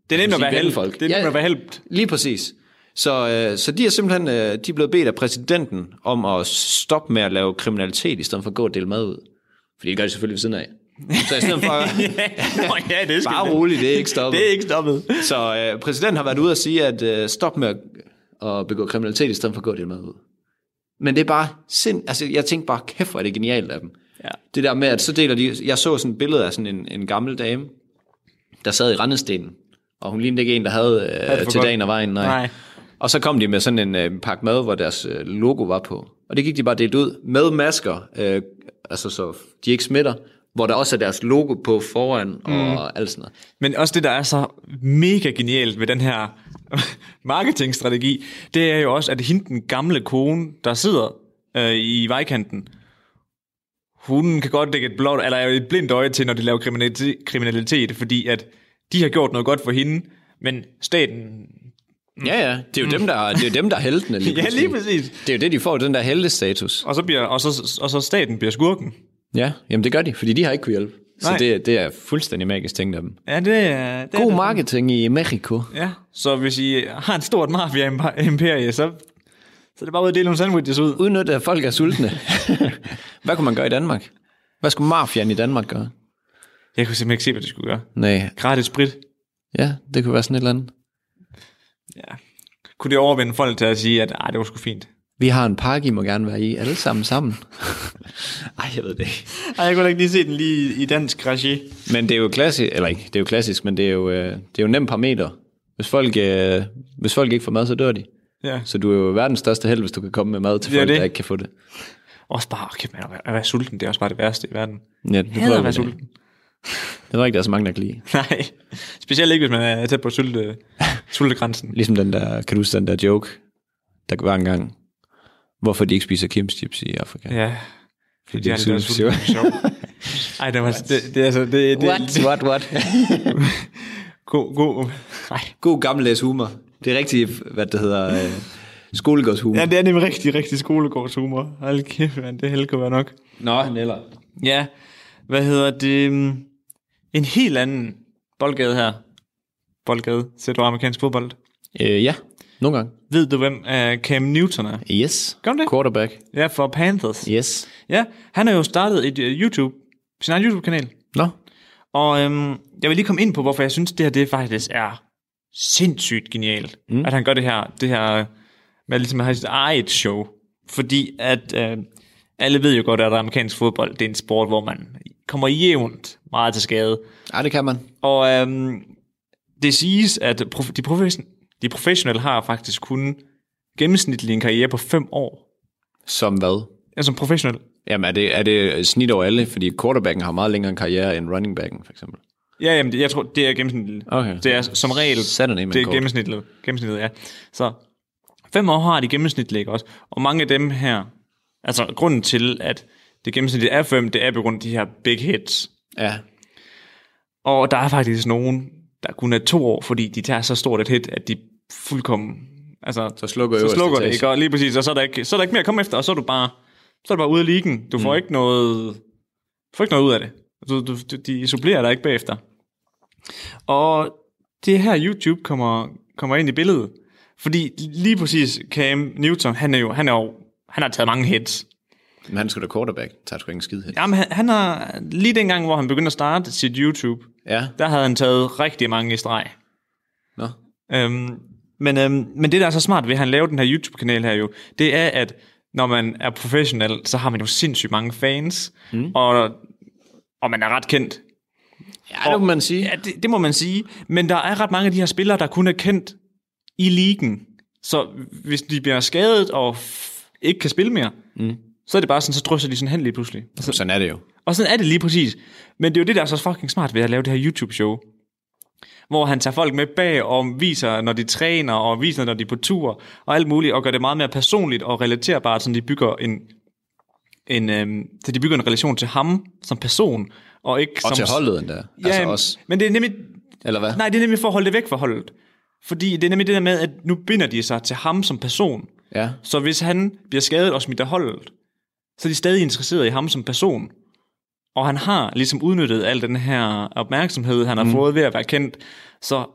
Speaker 4: Det er nemt at
Speaker 5: sige,
Speaker 4: være helpt.
Speaker 5: genfolk.
Speaker 4: Det er nemt
Speaker 5: Ja.
Speaker 4: at være helpt.
Speaker 5: Lige præcis. Så, øh, så de er simpelthen øh, de er blevet bedt af præsidenten om at stoppe med at lave kriminalitet, i stedet for at gå og dele mad ud. Fordi det gør de selvfølgelig ved siden af. Så i stedet
Speaker 4: *laughs*
Speaker 5: for...
Speaker 4: Nå, ja, det skal
Speaker 5: Bare roligt, det er ikke stoppet.
Speaker 4: Det er ikke stoppet.
Speaker 5: Så øh, præsidenten har været ude og sige, at øh, stop med at, at begå kriminalitet, i stedet for at gå det med ud. Men det er bare sind... Altså, jeg tænkte bare, kæft, hvor er det genialt af dem.
Speaker 4: Ja.
Speaker 5: Det der med, at så deler de... Jeg så sådan et billede af sådan en, en gammel dame, der sad i rendestenen, og hun lignede ikke en, der havde
Speaker 4: det
Speaker 5: øh,
Speaker 4: for
Speaker 5: til
Speaker 4: godt.
Speaker 5: dagen og vejen. Nej.
Speaker 4: Nej.
Speaker 5: nej. Og så kom de med sådan en øh, pakke mad, hvor deres øh, logo var på. Og det gik de bare delt ud med masker, øh, altså så de ikke smitter, hvor der også er deres logo på foran og
Speaker 4: Mm.
Speaker 5: alt sådan noget.
Speaker 4: Men også det, der er så mega genialt ved den her *laughs* marketingstrategi, det er jo også, at hende, den gamle kone, der sidder øh, i vejkanten, hun kan godt lægge et, blåt, eller et blindt øje til, når de laver kriminalitet, kriminalitet, fordi at de har gjort noget godt for hende, men staten...
Speaker 5: Ja, ja. Det er jo dem, der, det er jo dem, der er
Speaker 4: *laughs*
Speaker 5: heltene. Lige
Speaker 4: Mm. Ja,
Speaker 5: pludselig.
Speaker 4: lige præcis.
Speaker 5: Det er jo det, de får, den der heltestatus.
Speaker 4: Og så, bliver, og så, og så staten bliver skurken.
Speaker 5: Ja, jamen det gør de, fordi de har ikke kunne hjælpe. Så
Speaker 4: Nej.
Speaker 5: det, det er fuldstændig magisk tænkt af dem.
Speaker 4: Ja, det er... Det er
Speaker 5: God
Speaker 4: det.
Speaker 5: marketing i Mexico.
Speaker 4: Ja, så hvis I har et stort mafia-imperie, så, så er det bare ud at dele nogle sandwiches ud.
Speaker 5: Udnytte, at folk er sultne. *laughs* Hvad kunne man gøre i Danmark? Hvad skulle mafiaen i Danmark gøre?
Speaker 4: Jeg kunne simpelthen ikke se, hvad de skulle gøre.
Speaker 5: Nej,
Speaker 4: Gratis sprit.
Speaker 5: ja, det kunne være sådan et eller andet.
Speaker 4: Ja. Kunne det overvinde folk til at sige, at "Ej, det var sgu fint?
Speaker 5: Vi har en pakke, I må gerne være i, alle sammen sammen. Ej, jeg ved det ikke.
Speaker 4: *laughs* Ej, jeg kunne da ikke lige se den lige i dansk regi.
Speaker 5: Men det er jo klassisk, eller ikke, det er jo klassisk, men det er jo, øh, det er jo nem parameter. Hvis folk, øh, hvis folk ikke får mad, så dør de.
Speaker 4: Ja.
Speaker 5: Så du er jo verdens største held, hvis du kan komme med mad til
Speaker 4: Det er
Speaker 5: folk,
Speaker 4: det.
Speaker 5: der ikke kan få det.
Speaker 4: Også bare, okay, man, at være- at være sulten, det er også bare det værste i verden.
Speaker 5: Ja, det
Speaker 4: Jeg hader at
Speaker 5: vi
Speaker 4: være
Speaker 5: det.
Speaker 4: sulten.
Speaker 5: Jeg tror ikke, der er så mange, der kan lide.
Speaker 4: *laughs* Nej, specielt ikke, hvis man er tæt på sulte, sultegrænsen.
Speaker 5: Ligesom den der, kan du huske den der joke, der var engang, hvorfor de ikke spiser Kim's chips i Afrika. Ja.
Speaker 4: Ja. Fordi
Speaker 5: de er
Speaker 4: aldrig været
Speaker 5: sulten,
Speaker 4: sultne. Ej, det var, det, det, er altså, det, det, det
Speaker 5: what, what?
Speaker 4: god, god. Nej.
Speaker 5: *laughs* God gammeldags humor. Det er rigtig, hvad det hedder, øh, skolegårdshumor.
Speaker 4: Ja, det er nemlig rigtig, rigtig skolegårdshumor. Hold kæft, man, det held kan være nok.
Speaker 5: Nå, Neller.
Speaker 4: Ja, hvad hedder det? mm, En helt anden boldgade her. Boldgade, ser du amerikansk fodbold.
Speaker 5: Øh, ja, nogle gange.
Speaker 4: Ved du, hvem uh, Cam Newton er?
Speaker 5: Yes.
Speaker 4: Gør du det?
Speaker 5: Quarterback.
Speaker 4: Ja, for Panthers.
Speaker 5: Yes.
Speaker 4: Ja, han har jo startet et uh, YouTube, sin egen YouTube-kanal.
Speaker 5: Nå,
Speaker 4: Og øhm, jeg vil lige komme ind på, hvorfor jeg synes, det her det faktisk er sindssygt genialt. Mm. At han gør det her, det her øh, med ligesom at have sit eget show. Fordi at øh, alle ved jo godt, at amerikansk fodbold det er en sport, hvor man kommer jævnt meget til skade.
Speaker 5: Ej, det kan man.
Speaker 4: Og øhm, det siges, at prof- de, profession- de professionelle har faktisk kun gennemsnitlig en karriere på fem år.
Speaker 5: Som hvad?
Speaker 4: Ja, som professionel.
Speaker 5: Jamen, er det, er det snit over alle? Fordi quarterbacken har meget længere en karriere end running backen, for eksempel.
Speaker 4: Ja, jamen, det, jeg tror, det er gennemsnitligt.
Speaker 5: Okay.
Speaker 4: Det er som regel,
Speaker 5: Saturday Night
Speaker 4: det er
Speaker 5: Court.
Speaker 4: gennemsnitligt, gennemsnitligt, ja. Så fem år har de gennemsnitligt ikke også. Og mange af dem her, altså grunden til, at det gennemsnitligt er fem, det er på grund af de her big hits.
Speaker 5: Ja,
Speaker 4: Og der er faktisk nogen, der kun er to år, fordi de tager så stort et hit, at de fuldkommen... Altså,
Speaker 5: Så slukker
Speaker 4: så
Speaker 5: øverste
Speaker 4: slukker det,
Speaker 5: etage.
Speaker 4: ikke? Og lige præcis, og så er, der ikke, så er der ikke mere at komme efter, og så er du bare, så er du bare ude af ligen. Du får mm. ikke noget... Du får ikke noget ud af det. Du, du, du, de supplerer dig ikke bagefter. Og det er her YouTube kommer, kommer ind i billedet. Fordi lige præcis Cam Newton, han er jo, han er jo, han har taget mange hits.
Speaker 5: Men han skulle da quarterback. Tager sgu ikke en skid hen.
Speaker 4: Jamen, han, han har, lige dengang, hvor han begyndte at starte sit YouTube,
Speaker 5: Ja.
Speaker 4: der havde han taget rigtig mange i streg.
Speaker 5: Nå.
Speaker 4: Øhm, men, øhm, men det, der er så smart ved, at han laver den her YouTube-kanal her jo, det er, at når man er professionel, så har man jo sindssygt mange fans, mm. og, og man er ret kendt.
Speaker 5: Ja, det må man sige.
Speaker 4: Ja, det, det må man sige. Men der er ret mange af de her spillere, der kun er kendt i ligen. Så hvis de bliver skadet og f- ikke kan spille mere, mm. så er det bare sådan, så drysser de sådan hen lige pludselig.
Speaker 5: Sådan er det jo.
Speaker 4: Og sådan er det lige præcis. Men det er jo det, der er så fucking smart ved at lave det her YouTube-show. Hvor han tager folk med bag og viser, når de træner, og viser, når de er på tur, og alt muligt, og gør det meget mere personligt og relaterbart, så de bygger en, en, øhm, så de bygger en relation til ham som person, og ikke
Speaker 5: Og
Speaker 4: som...
Speaker 5: til holdet endda. Ja,
Speaker 4: Ja,
Speaker 5: altså også.
Speaker 4: men det er nemlig...
Speaker 5: Eller hvad?
Speaker 4: Nej, det er nemlig for at holde det væk fra holdet. Fordi det er nemlig det der med, at nu binder de sig til ham som person.
Speaker 5: Ja.
Speaker 4: Så hvis han bliver skadet og smidt af holdet, så er de stadig interesseret i ham som person. Og han har ligesom udnyttet al den her opmærksomhed, han har mm. fået ved at være kendt. Så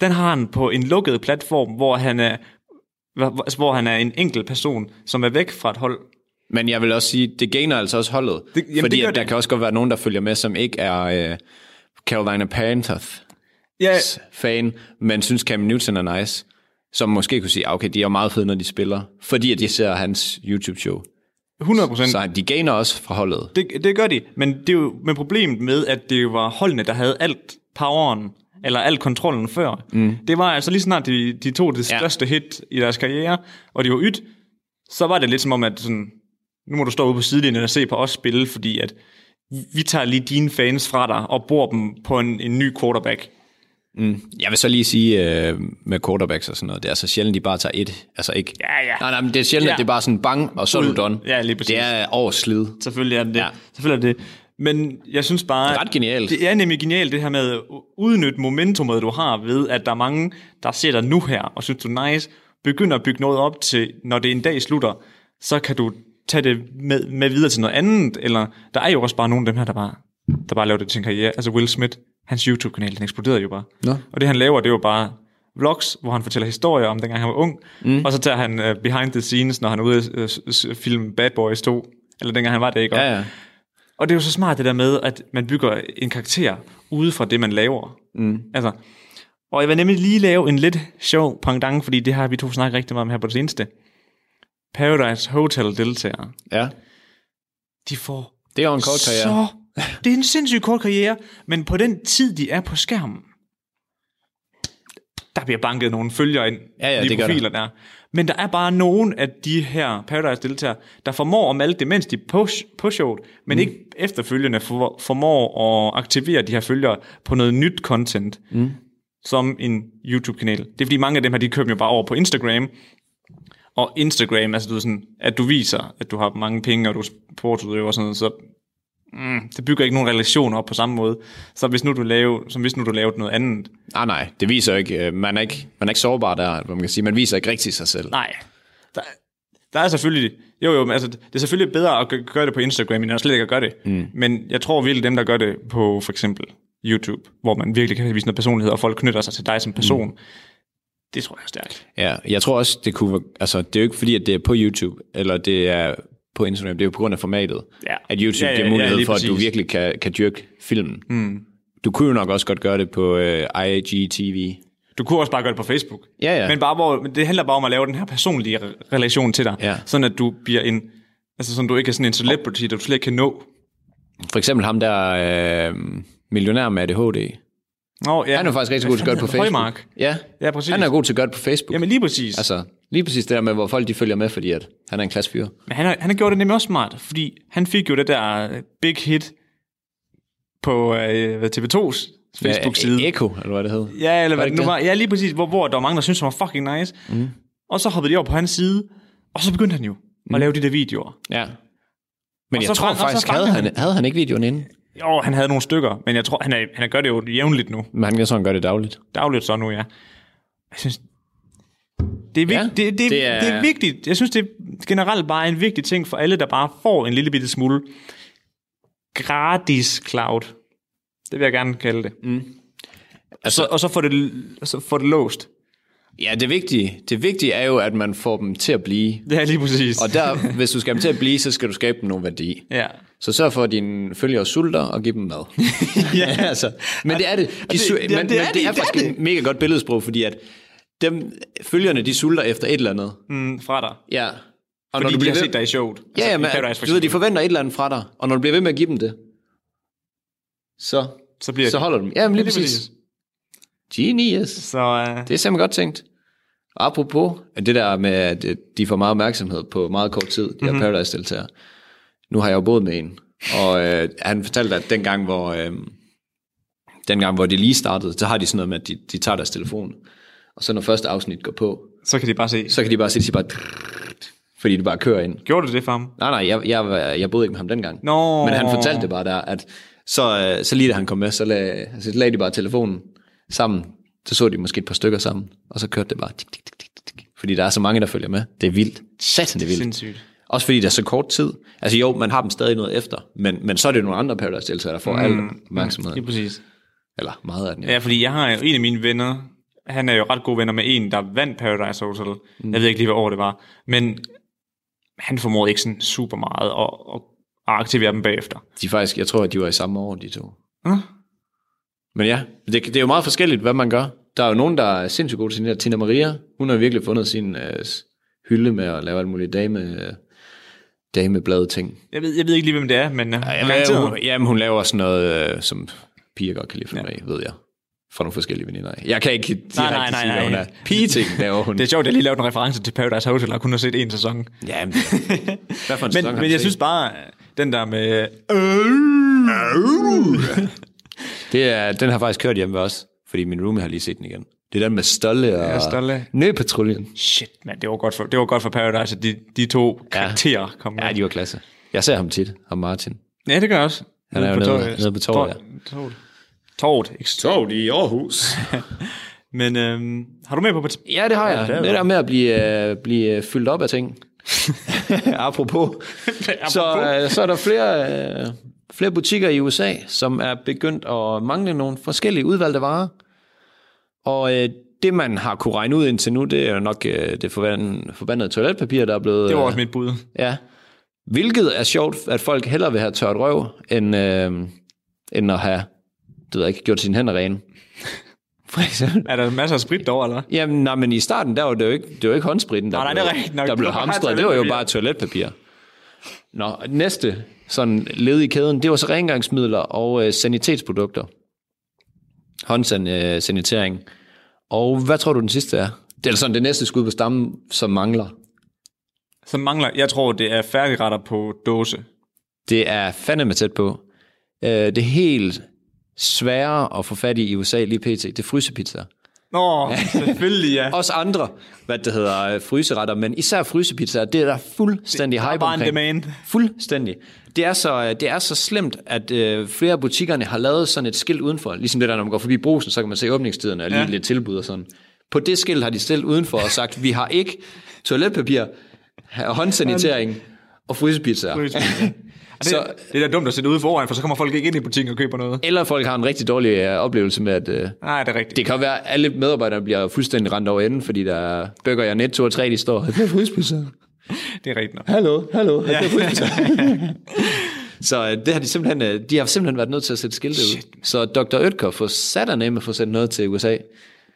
Speaker 4: den har han på en lukket platform, hvor han er, hvor- hvor han er en enkelt person, som er væk fra et hold.
Speaker 5: Men jeg vil også sige, det gainer altså også holdet.
Speaker 4: Det-
Speaker 5: Det,
Speaker 4: jamen,
Speaker 5: fordi
Speaker 4: det gør
Speaker 5: at der
Speaker 4: det.
Speaker 5: kan også godt være nogen, der følger med, som ikke er øh, Carolina Panthers
Speaker 4: Ja,
Speaker 5: fan, men synes Cam Newton er nice, som måske kunne sige, ah, okay, de er meget fede, når de spiller, fordi at de ser hans YouTube-show.
Speaker 4: 100 procent.
Speaker 5: Så de gainer også fra holdet.
Speaker 4: Det, det gør de, men det er jo med problemet med, at det jo var holdene, der havde alt poweren, eller alt kontrollen før. Mm. Det var altså lige snart, de, de tog det
Speaker 5: Ja.
Speaker 4: største ja. hit i deres karriere, og de var ydt, så var det lidt som om, at sådan, nu må du stå ude på sidelinjen og se på os spille, fordi at vi tager lige dine fans fra dig og bor dem på en, en ny quarterback.
Speaker 5: Jeg vil så lige sige øh, med quarterbacks og sådan noget, det er så sjældent, de bare tager et. Altså ikke.
Speaker 4: Ja, ja.
Speaker 5: Nej, nej, men det er sjældent,
Speaker 4: Ja.
Speaker 5: ja. at det er bare sådan bang, og så er
Speaker 4: Ud.
Speaker 5: du done.
Speaker 4: Ja, lige præcis.
Speaker 5: Det er overslid.
Speaker 4: Selvfølgelig er det det. Ja.
Speaker 5: Ja.
Speaker 4: Selvfølgelig er det det. Men jeg synes bare...
Speaker 5: Det er ret genialt.
Speaker 4: Det er nemlig genialt, det her med at udnytte momentumet, du har ved, at der er mange, der ser dig nu her, og synes du er nice. Begynd at bygge noget op til, når det en dag slutter, så kan du tage det med, med videre til noget andet. Eller der er jo også bare nogle af dem her, der bare, der bare laver det til en karriere. Altså Will Smith, hans YouTube-kanal, den eksploderede jo bare.
Speaker 5: Nå.
Speaker 4: Og det han laver, det er jo bare vlogs, hvor han fortæller historier om dengang han var ung, mm. og så tager han uh, behind the scenes, når han er ude at uh, s- s- filme Bad Boys 2, eller dengang han var det, ikke? Og-
Speaker 5: Ja, ja.
Speaker 4: og det er jo så smart det der med, at man bygger en karakter ude fra det, man laver. Mm. Altså, og jeg vil nemlig lige lave en lidt sjov pendant, fordi det har vi to snakket rigtig meget om her på det seneste. Paradise Hotel deltagere,
Speaker 5: ja.
Speaker 4: de får
Speaker 5: Det er jo en kort karriere.
Speaker 4: så... Det er en sindssygt kort karriere, men på den tid, de er på skærmen, der bliver banket nogle følger ind
Speaker 5: Ja, ja,
Speaker 4: i
Speaker 5: det gør der.
Speaker 4: profiler der. Men der er bare nogen af de her Paradise-deltagere, der formår at malde det, mens de er på, på showet, men mm. ikke efterfølgende for, formår at aktivere de her følgere på noget nyt content, mm. som en YouTube-kanal. Det er fordi mange af dem her, de køber jo bare over på Instagram, og Instagram, altså du ved sådan, at du viser, at du har mange penge, og du er sportsudøver og sådan noget, så mm, det bygger ikke nogen relationer op på samme måde. Så hvis nu du laver, som hvis nu du lavede noget andet.
Speaker 5: Ah, nej, det viser jo ikke. øh, Man er ikke, man er ikke sårbar der, hvad man kan sige. Man viser ikke rigtig sig selv.
Speaker 4: Nej. Der, der er selvfølgelig, jo jo, men altså, det er selvfølgelig bedre at gø- gøre det på Instagram, end at slet ikke at gøre det. Mm. Men jeg tror virkelig, dem der gør det på for eksempel YouTube, hvor man virkelig kan vise noget personlighed, og folk knytter sig til dig som person, mm. det tror jeg er stærkt.
Speaker 5: Ja, jeg tror også, det kunne være, altså det er jo ikke fordi, at det er på YouTube, eller det er på Instagram, det er jo på grund af formatet,
Speaker 4: Ja.
Speaker 5: at YouTube
Speaker 4: Ja,
Speaker 5: ja,
Speaker 4: ja,
Speaker 5: giver
Speaker 4: ja,
Speaker 5: mulighed
Speaker 4: lige
Speaker 5: for, at du
Speaker 4: præcis.
Speaker 5: virkelig kan, kan dyrke filmen. Mm. Du kunne jo nok også godt gøre det på øh, IGTV.
Speaker 4: Du kunne også bare gøre det på Facebook.
Speaker 5: Ja, ja.
Speaker 4: Men bare hvor, men det handler bare om at lave den her personlige re- relation til dig,
Speaker 5: Ja.
Speaker 4: sådan at du bliver en, altså sådan du ikke er sådan en celebrity, der du slet ikke kan nå.
Speaker 5: For eksempel ham der øh, millionær med ADHD.
Speaker 4: Nå, ja.
Speaker 5: Han er faktisk rigtig god til at gøre det på
Speaker 4: Hvad fanden
Speaker 5: Facebook.
Speaker 4: hedder han? *laughs* Højmark.
Speaker 5: Ja,
Speaker 4: Ja, præcis.
Speaker 5: han er god til at gøre det på Facebook.
Speaker 4: Jamen lige præcis. Altså.
Speaker 5: Altså, lige præcis det der med, hvor folk de følger med, fordi at han er en klassefyr.
Speaker 4: Men han, har- han har gjort det nemlig også smart, fordi han fik jo det der øh, big hit på øh, hvad, TV2's Facebook-side.
Speaker 5: Ja, Eko, eller hvad det hed.
Speaker 4: Ja, eller hvad
Speaker 5: det
Speaker 4: det nu
Speaker 5: ikke
Speaker 4: var. Ja, lige præcis, hvor, hvor der var mange, der syntes, han var fucking nice. Mm. Og så hoppede de over på hans side, og så begyndte han jo mm. at lave de der videoer.
Speaker 5: Ja. Men
Speaker 4: Og
Speaker 5: jeg
Speaker 4: så
Speaker 5: tror
Speaker 4: fang- og så
Speaker 5: faktisk,
Speaker 4: fangede
Speaker 5: havde han, havde han ikke videoen inde?
Speaker 4: Jo, han havde nogle stykker, men jeg tror, han, er, han gør det jo jævnligt nu.
Speaker 5: Men han kan sådan gøre det dagligt.
Speaker 4: Dagligt så nu, ja. Jeg synes, det er, vigt, ja, det, det, det,
Speaker 5: det
Speaker 4: er...
Speaker 5: er-
Speaker 4: det er vigtigt. Jeg synes, det er generelt bare en vigtig ting for alle, der bare får en lille bitte smule gratis cloud. Det vil jeg gerne kalde det. Mm. Altså, så, og så får det, l- så får det låst.
Speaker 5: Ja, det vigtige, det vigtige er jo, at man får dem til at blive.
Speaker 4: Det er lige præcis.
Speaker 5: Og der,
Speaker 4: *laughs*
Speaker 5: hvis du skal have dem til at blive, så skal du skabe dem nogle værdi.
Speaker 4: Ja.
Speaker 5: Så sørg for, at dine følgere sulter og giv dem
Speaker 4: *laughs*
Speaker 5: mad. ja, *laughs* altså. Men det er det. De su-
Speaker 4: det-
Speaker 5: det,
Speaker 4: ja,
Speaker 5: men, men
Speaker 4: det er
Speaker 5: det,
Speaker 4: de,
Speaker 5: er
Speaker 4: det er
Speaker 5: faktisk
Speaker 4: det.
Speaker 5: et mega godt billedsprog, fordi at dem, følgerne, de sulter efter et eller andet.
Speaker 4: Mm, fra dig.
Speaker 5: Ja.
Speaker 4: Fordi
Speaker 5: Og
Speaker 4: du
Speaker 5: bliver
Speaker 4: bliver
Speaker 5: ved-
Speaker 4: set dig i showet. Altså,
Speaker 5: Ja, ja,
Speaker 4: i
Speaker 5: men,
Speaker 4: Paradise for
Speaker 5: du ved, de
Speaker 4: eksempel.
Speaker 5: forventer et eller andet fra dig, og når du bliver ved med at give dem det, så,
Speaker 4: Så bliver
Speaker 5: så
Speaker 4: de-
Speaker 5: holder du dem. Ja, men lige,
Speaker 4: Lige
Speaker 5: præcis. Genius.
Speaker 4: Så øh,
Speaker 5: Det er simpelthen godt tænkt. Og apropos at det der med, at øh, de får meget opmærksomhed på meget kort tid, de her mm-hmm. Paradise-deltagere. Nu har jeg jo boet med en, og øh, han fortalte, at dengang, hvor, øh, dengang, hvor det lige startede, så har de sådan noget med, at de, de tager deres telefon, og så når første afsnit går på,
Speaker 4: så kan de bare se.
Speaker 5: så kan de bare se, de bare, fordi det bare kører ind.
Speaker 4: Gjorde du det for ham?
Speaker 5: Nej, nej, jeg, jeg, var- jeg boede ikke med ham dengang.
Speaker 4: Nå.
Speaker 5: Men han fortalte det bare der, at så, øh, så lige da han kom med, så lag, altså, lagde de bare telefonen sammen. Så så de måske et par stykker sammen, og så kørte det bare. Tik, tik, tik, tik, tik, tik. Fordi der er så mange, der følger med. Det er vildt. Satan, det er vildt.
Speaker 4: Sindssygt.
Speaker 5: Også fordi der er så kort tid. Altså jo, man har dem stadig noget efter, men, men så er det nogle andre Paradise-deltagere, der får mm. al opmærksomhed.
Speaker 4: Lige præcis.
Speaker 5: Eller meget af den. Ja.
Speaker 4: Ja, fordi jeg har jo en af mine venner, han er jo ret gode venner med en, der vandt Paradise Hotel. Mm. Jeg ved ikke lige, hvad år det var. Men han formåede ikke sådan super meget at, at aktivere dem bagefter.
Speaker 5: De er faktisk, jeg tror, at de var i samme år, de to.
Speaker 4: Nå.
Speaker 5: Men ja, det, det er jo meget forskelligt, hvad man gør. Der er jo nogen, der er sindssygt gode til det der. Tina Maria, hun har virkelig fundet sin øh, s- hylde med at lave alle mulige dame, øh, dameblade ting.
Speaker 4: Jeg ved, jeg ved ikke lige, hvem det er, men øh, ja,
Speaker 5: Jamen, hun, jamen, hun laver sådan noget, øh, som piger godt kan lide finde ja. af, ved jeg. Fra nogle forskellige veninder af. Jeg kan ikke direkte
Speaker 4: nej, nej,
Speaker 5: sige, hvad
Speaker 4: nej.
Speaker 5: hun er. Pigeting laver hun.
Speaker 4: Det er sjovt, at jeg lige lavede en reference til Paradise Hotel, og kun har set en sæson. Men, *laughs*
Speaker 5: Jamen, hvad for en sæson har
Speaker 4: men
Speaker 5: du
Speaker 4: jeg
Speaker 5: set?
Speaker 4: synes bare, den der med...
Speaker 5: Det er, den har faktisk kørt hjemme ved os, fordi min roomie har lige set den igen. Det er den med Stolle og
Speaker 4: Ja, Stolle.
Speaker 5: Nøpatruljen.
Speaker 4: Shit, man, det var godt for, det var godt for Paradise, at de, de to karakterer kom med.
Speaker 5: Ja, de var klasse. Jeg ser ham tit, ham Martin.
Speaker 4: ja, det gør jeg også.
Speaker 5: Han er jo nede- nede på torvet,
Speaker 4: Torvet. Torvet, ikke
Speaker 5: Tog i Aarhus.
Speaker 4: Men øhm, har du med på... pat-
Speaker 5: Ja, det har jeg.
Speaker 4: det er
Speaker 5: Det der med at blive, øh, blive øh, fyldt op af ting. *laughs* Apropos. Så, øh, så er der flere, øh, flere butikker i USA, som er begyndt at mangle nogle forskellige udvalgte varer. Og øh, det, man har kunne regne ud indtil nu, det er jo nok øh, det forbandede, forbandede toiletpapir, der er blevet...
Speaker 4: Det var
Speaker 5: øh,
Speaker 4: også mit bud.
Speaker 5: Ja. Hvilket er sjovt, at folk hellere vil have tørt røv, end, øh, end at have det ved jeg ikke, gjort sine hænder rene. *laughs* For eksempel.
Speaker 4: Er der masser af sprit dog, eller?
Speaker 5: Jamen, nej, men i starten, der var det jo ikke, det var ikke håndspritten, der,
Speaker 4: Nej, nej,
Speaker 5: blev,
Speaker 4: det er rigtigt nok.
Speaker 5: der
Speaker 4: Det
Speaker 5: blev
Speaker 4: var bare
Speaker 5: hamstret. Det var jo
Speaker 4: toiletpapir.
Speaker 5: bare toiletpapir. Nå, næste sådan led i kæden, det var så rengøringsmidler og øh, sanitetsprodukter. Håndsanitering. Og hvad tror du, den sidste er? Det er sådan det næste skud på stammen, som mangler.
Speaker 4: Som mangler... Jeg tror, det er færdigretter på dåse.
Speaker 5: Det er fandeme tæt på. Øh, det er helt sværere at få fat i i USA lige pt. Det er frysepizza.
Speaker 4: Nå, selvfølgelig,
Speaker 5: *laughs*
Speaker 4: ja.
Speaker 5: Også andre, hvad det hedder, øh, fryseretter, men især frysepizza, det er der fuldstændig
Speaker 4: bare
Speaker 5: hype
Speaker 4: en
Speaker 5: omkring.
Speaker 4: demand.
Speaker 5: Fuldstændig. Det er, så, øh, det er så slemt, at øh, flere af butikkerne har lavet sådan et skilt udenfor. Ligesom det der, når man går forbi brusen, så kan man se åbningstiderne og lige ja. lidt tilbud og sådan. På det skilt har de stillet udenfor og sagt, vi har ikke toiletpapir, håndsanitering og frysepizzaer. Så,
Speaker 4: Det, det er da dumt at sætte ude foran, for så kommer folk ikke ind i butikken og køber noget.
Speaker 5: Eller folk har en rigtig dårlig øh, oplevelse med, at øh,
Speaker 4: Nej, det er rigtigt.
Speaker 5: det kan jo være, at alle medarbejdere bliver fuldstændig rendt over enden, fordi der er Bøger og Netto og 3, de står. Det er fryspizza.
Speaker 4: Det er rigtigt nok.
Speaker 5: Hallo, hallo. Ja. Det er fryspizza. *laughs* Så øh, det har de simpelthen, øh, de har simpelthen været nødt til at sætte skilte ud. Så Dr. Øtker får satan af med at få sendt noget til USA.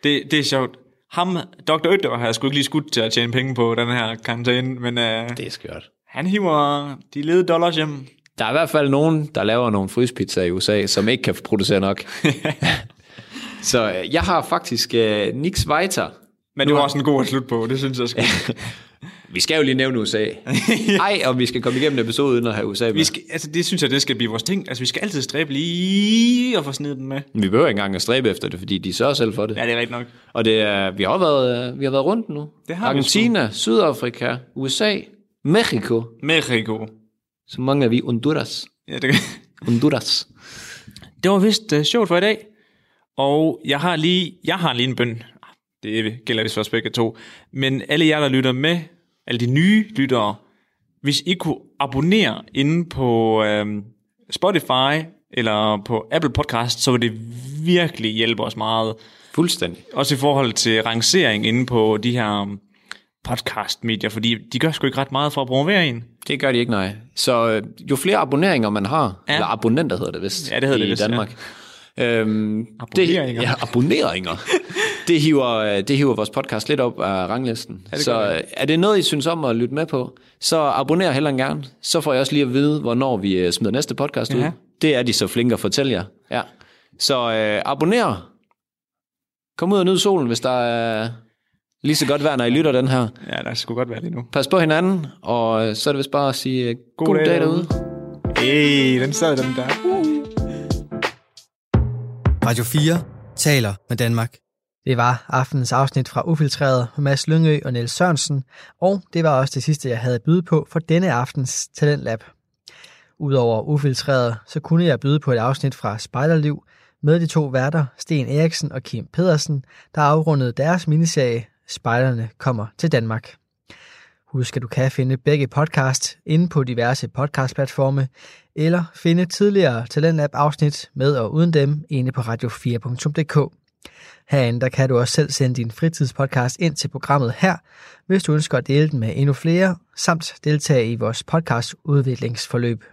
Speaker 4: Det, det er sjovt. Ham, Dr. Ødder, har jeg sgu ikke lige skudt til at tjene penge på den her karantæne, men øh,
Speaker 5: Det er skørt.
Speaker 4: han hiver de lede dollars hjem.
Speaker 5: Der er i hvert fald nogen, der laver nogle fryspizzaer i USA, som ikke kan producere *laughs* nok. Så øh, jeg har faktisk øh, Nix Weiter,
Speaker 4: Men det var også en god at slutte på, det synes jeg sgu.
Speaker 5: Vi skal jo lige nævne *laughs* USA. Ej, og vi skal komme igennem episoden uden at have USA med.
Speaker 4: Vi skal, altså, det synes jeg, det skal blive vores ting. Altså, vi skal altid stræbe lige og få snedet den med.
Speaker 5: vi behøver ikke engang at stræbe efter det, fordi de sørger selv for det.
Speaker 4: Ja, det er rigtigt nok.
Speaker 5: Og det er, vi har jo været, øh, vi har været rundt nu.
Speaker 4: Det har vi
Speaker 5: Argentina, Sydafrika, USA, Mexico.
Speaker 4: Mexico.
Speaker 5: Så mangler vi Honduras.
Speaker 4: Ja, det, *laughs*
Speaker 5: Honduras.
Speaker 4: det var vist uh, sjovt for i dag. Og jeg har lige, jeg har lige en bøn. Det gælder vist for os begge to. Men alle jer, der lytter med, alle de nye lyttere, hvis I kunne abonnere inde på øhm, Spotify eller på Apple Podcast, så vil det virkelig hjælpe os meget.
Speaker 5: Fuldstændig.
Speaker 4: Også i forhold til rangering inde på de her øhm, podcast-medier, fordi de gør sgu ikke ret meget for at promovere en.
Speaker 5: Det gør de ikke, nej. Så øh, jo flere abonneringer man har, ja. eller abonnenter hedder det vist,
Speaker 4: Ja, det hedder
Speaker 5: i
Speaker 4: det vist,
Speaker 5: Danmark. Ja. Øhm,
Speaker 4: Abonneringer.
Speaker 5: Det, ja,
Speaker 4: *laughs*
Speaker 5: abonneringer. det, hiver, øh, det hiver vores podcast lidt op af ranglisten. Ja, så øh, er det noget, I synes om at lytte med på, så abonner heller gerne. Så får jeg også lige at vide, hvornår vi øh, smider næste podcast ud.
Speaker 4: Ja.
Speaker 5: Det er de så flinke at fortælle jer. Ja. Så øh, abonner. Kom ud og nyd solen, hvis der er lige så godt vejr, når I lytter den her.
Speaker 4: Ja, der skulle godt være lige nu.
Speaker 5: Pas på hinanden, og øh, så er det vist bare at sige øh, god, god dag, dag derude.
Speaker 4: Hey, den sad den der.
Speaker 1: Radio 4 taler med Danmark. Det var aftenens afsnit fra Ufiltreret med Mads Lyngø og Niels Sørensen, og det var også det sidste, jeg havde at byde på for denne aftens Talentlab. Udover Ufiltreret, så kunne jeg byde på et afsnit fra Spejderliv med de to værter, Sten Eriksen og Kim Pedersen, der afrundede deres miniserie Spejderne kommer til Danmark. Husk, at du kan finde begge podcast inde på diverse podcastplatforme, eller finde tidligere Talentlab-afsnit med og uden dem inde på radio4.dk. Herinde der kan du også selv sende din fritidspodcast ind til programmet her, hvis du ønsker at dele den med endnu flere, samt deltage i vores podcast udviklingsforløb.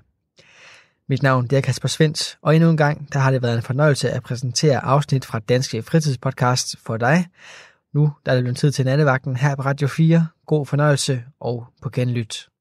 Speaker 1: Mit navn det er Kasper Svendt, og endnu en gang der har det været en fornøjelse at præsentere afsnit fra Danske Fritidspodcast for dig. Nu der er det blevet tid til nattevagten her på Radio 4. God fornøjelse og på genlyt.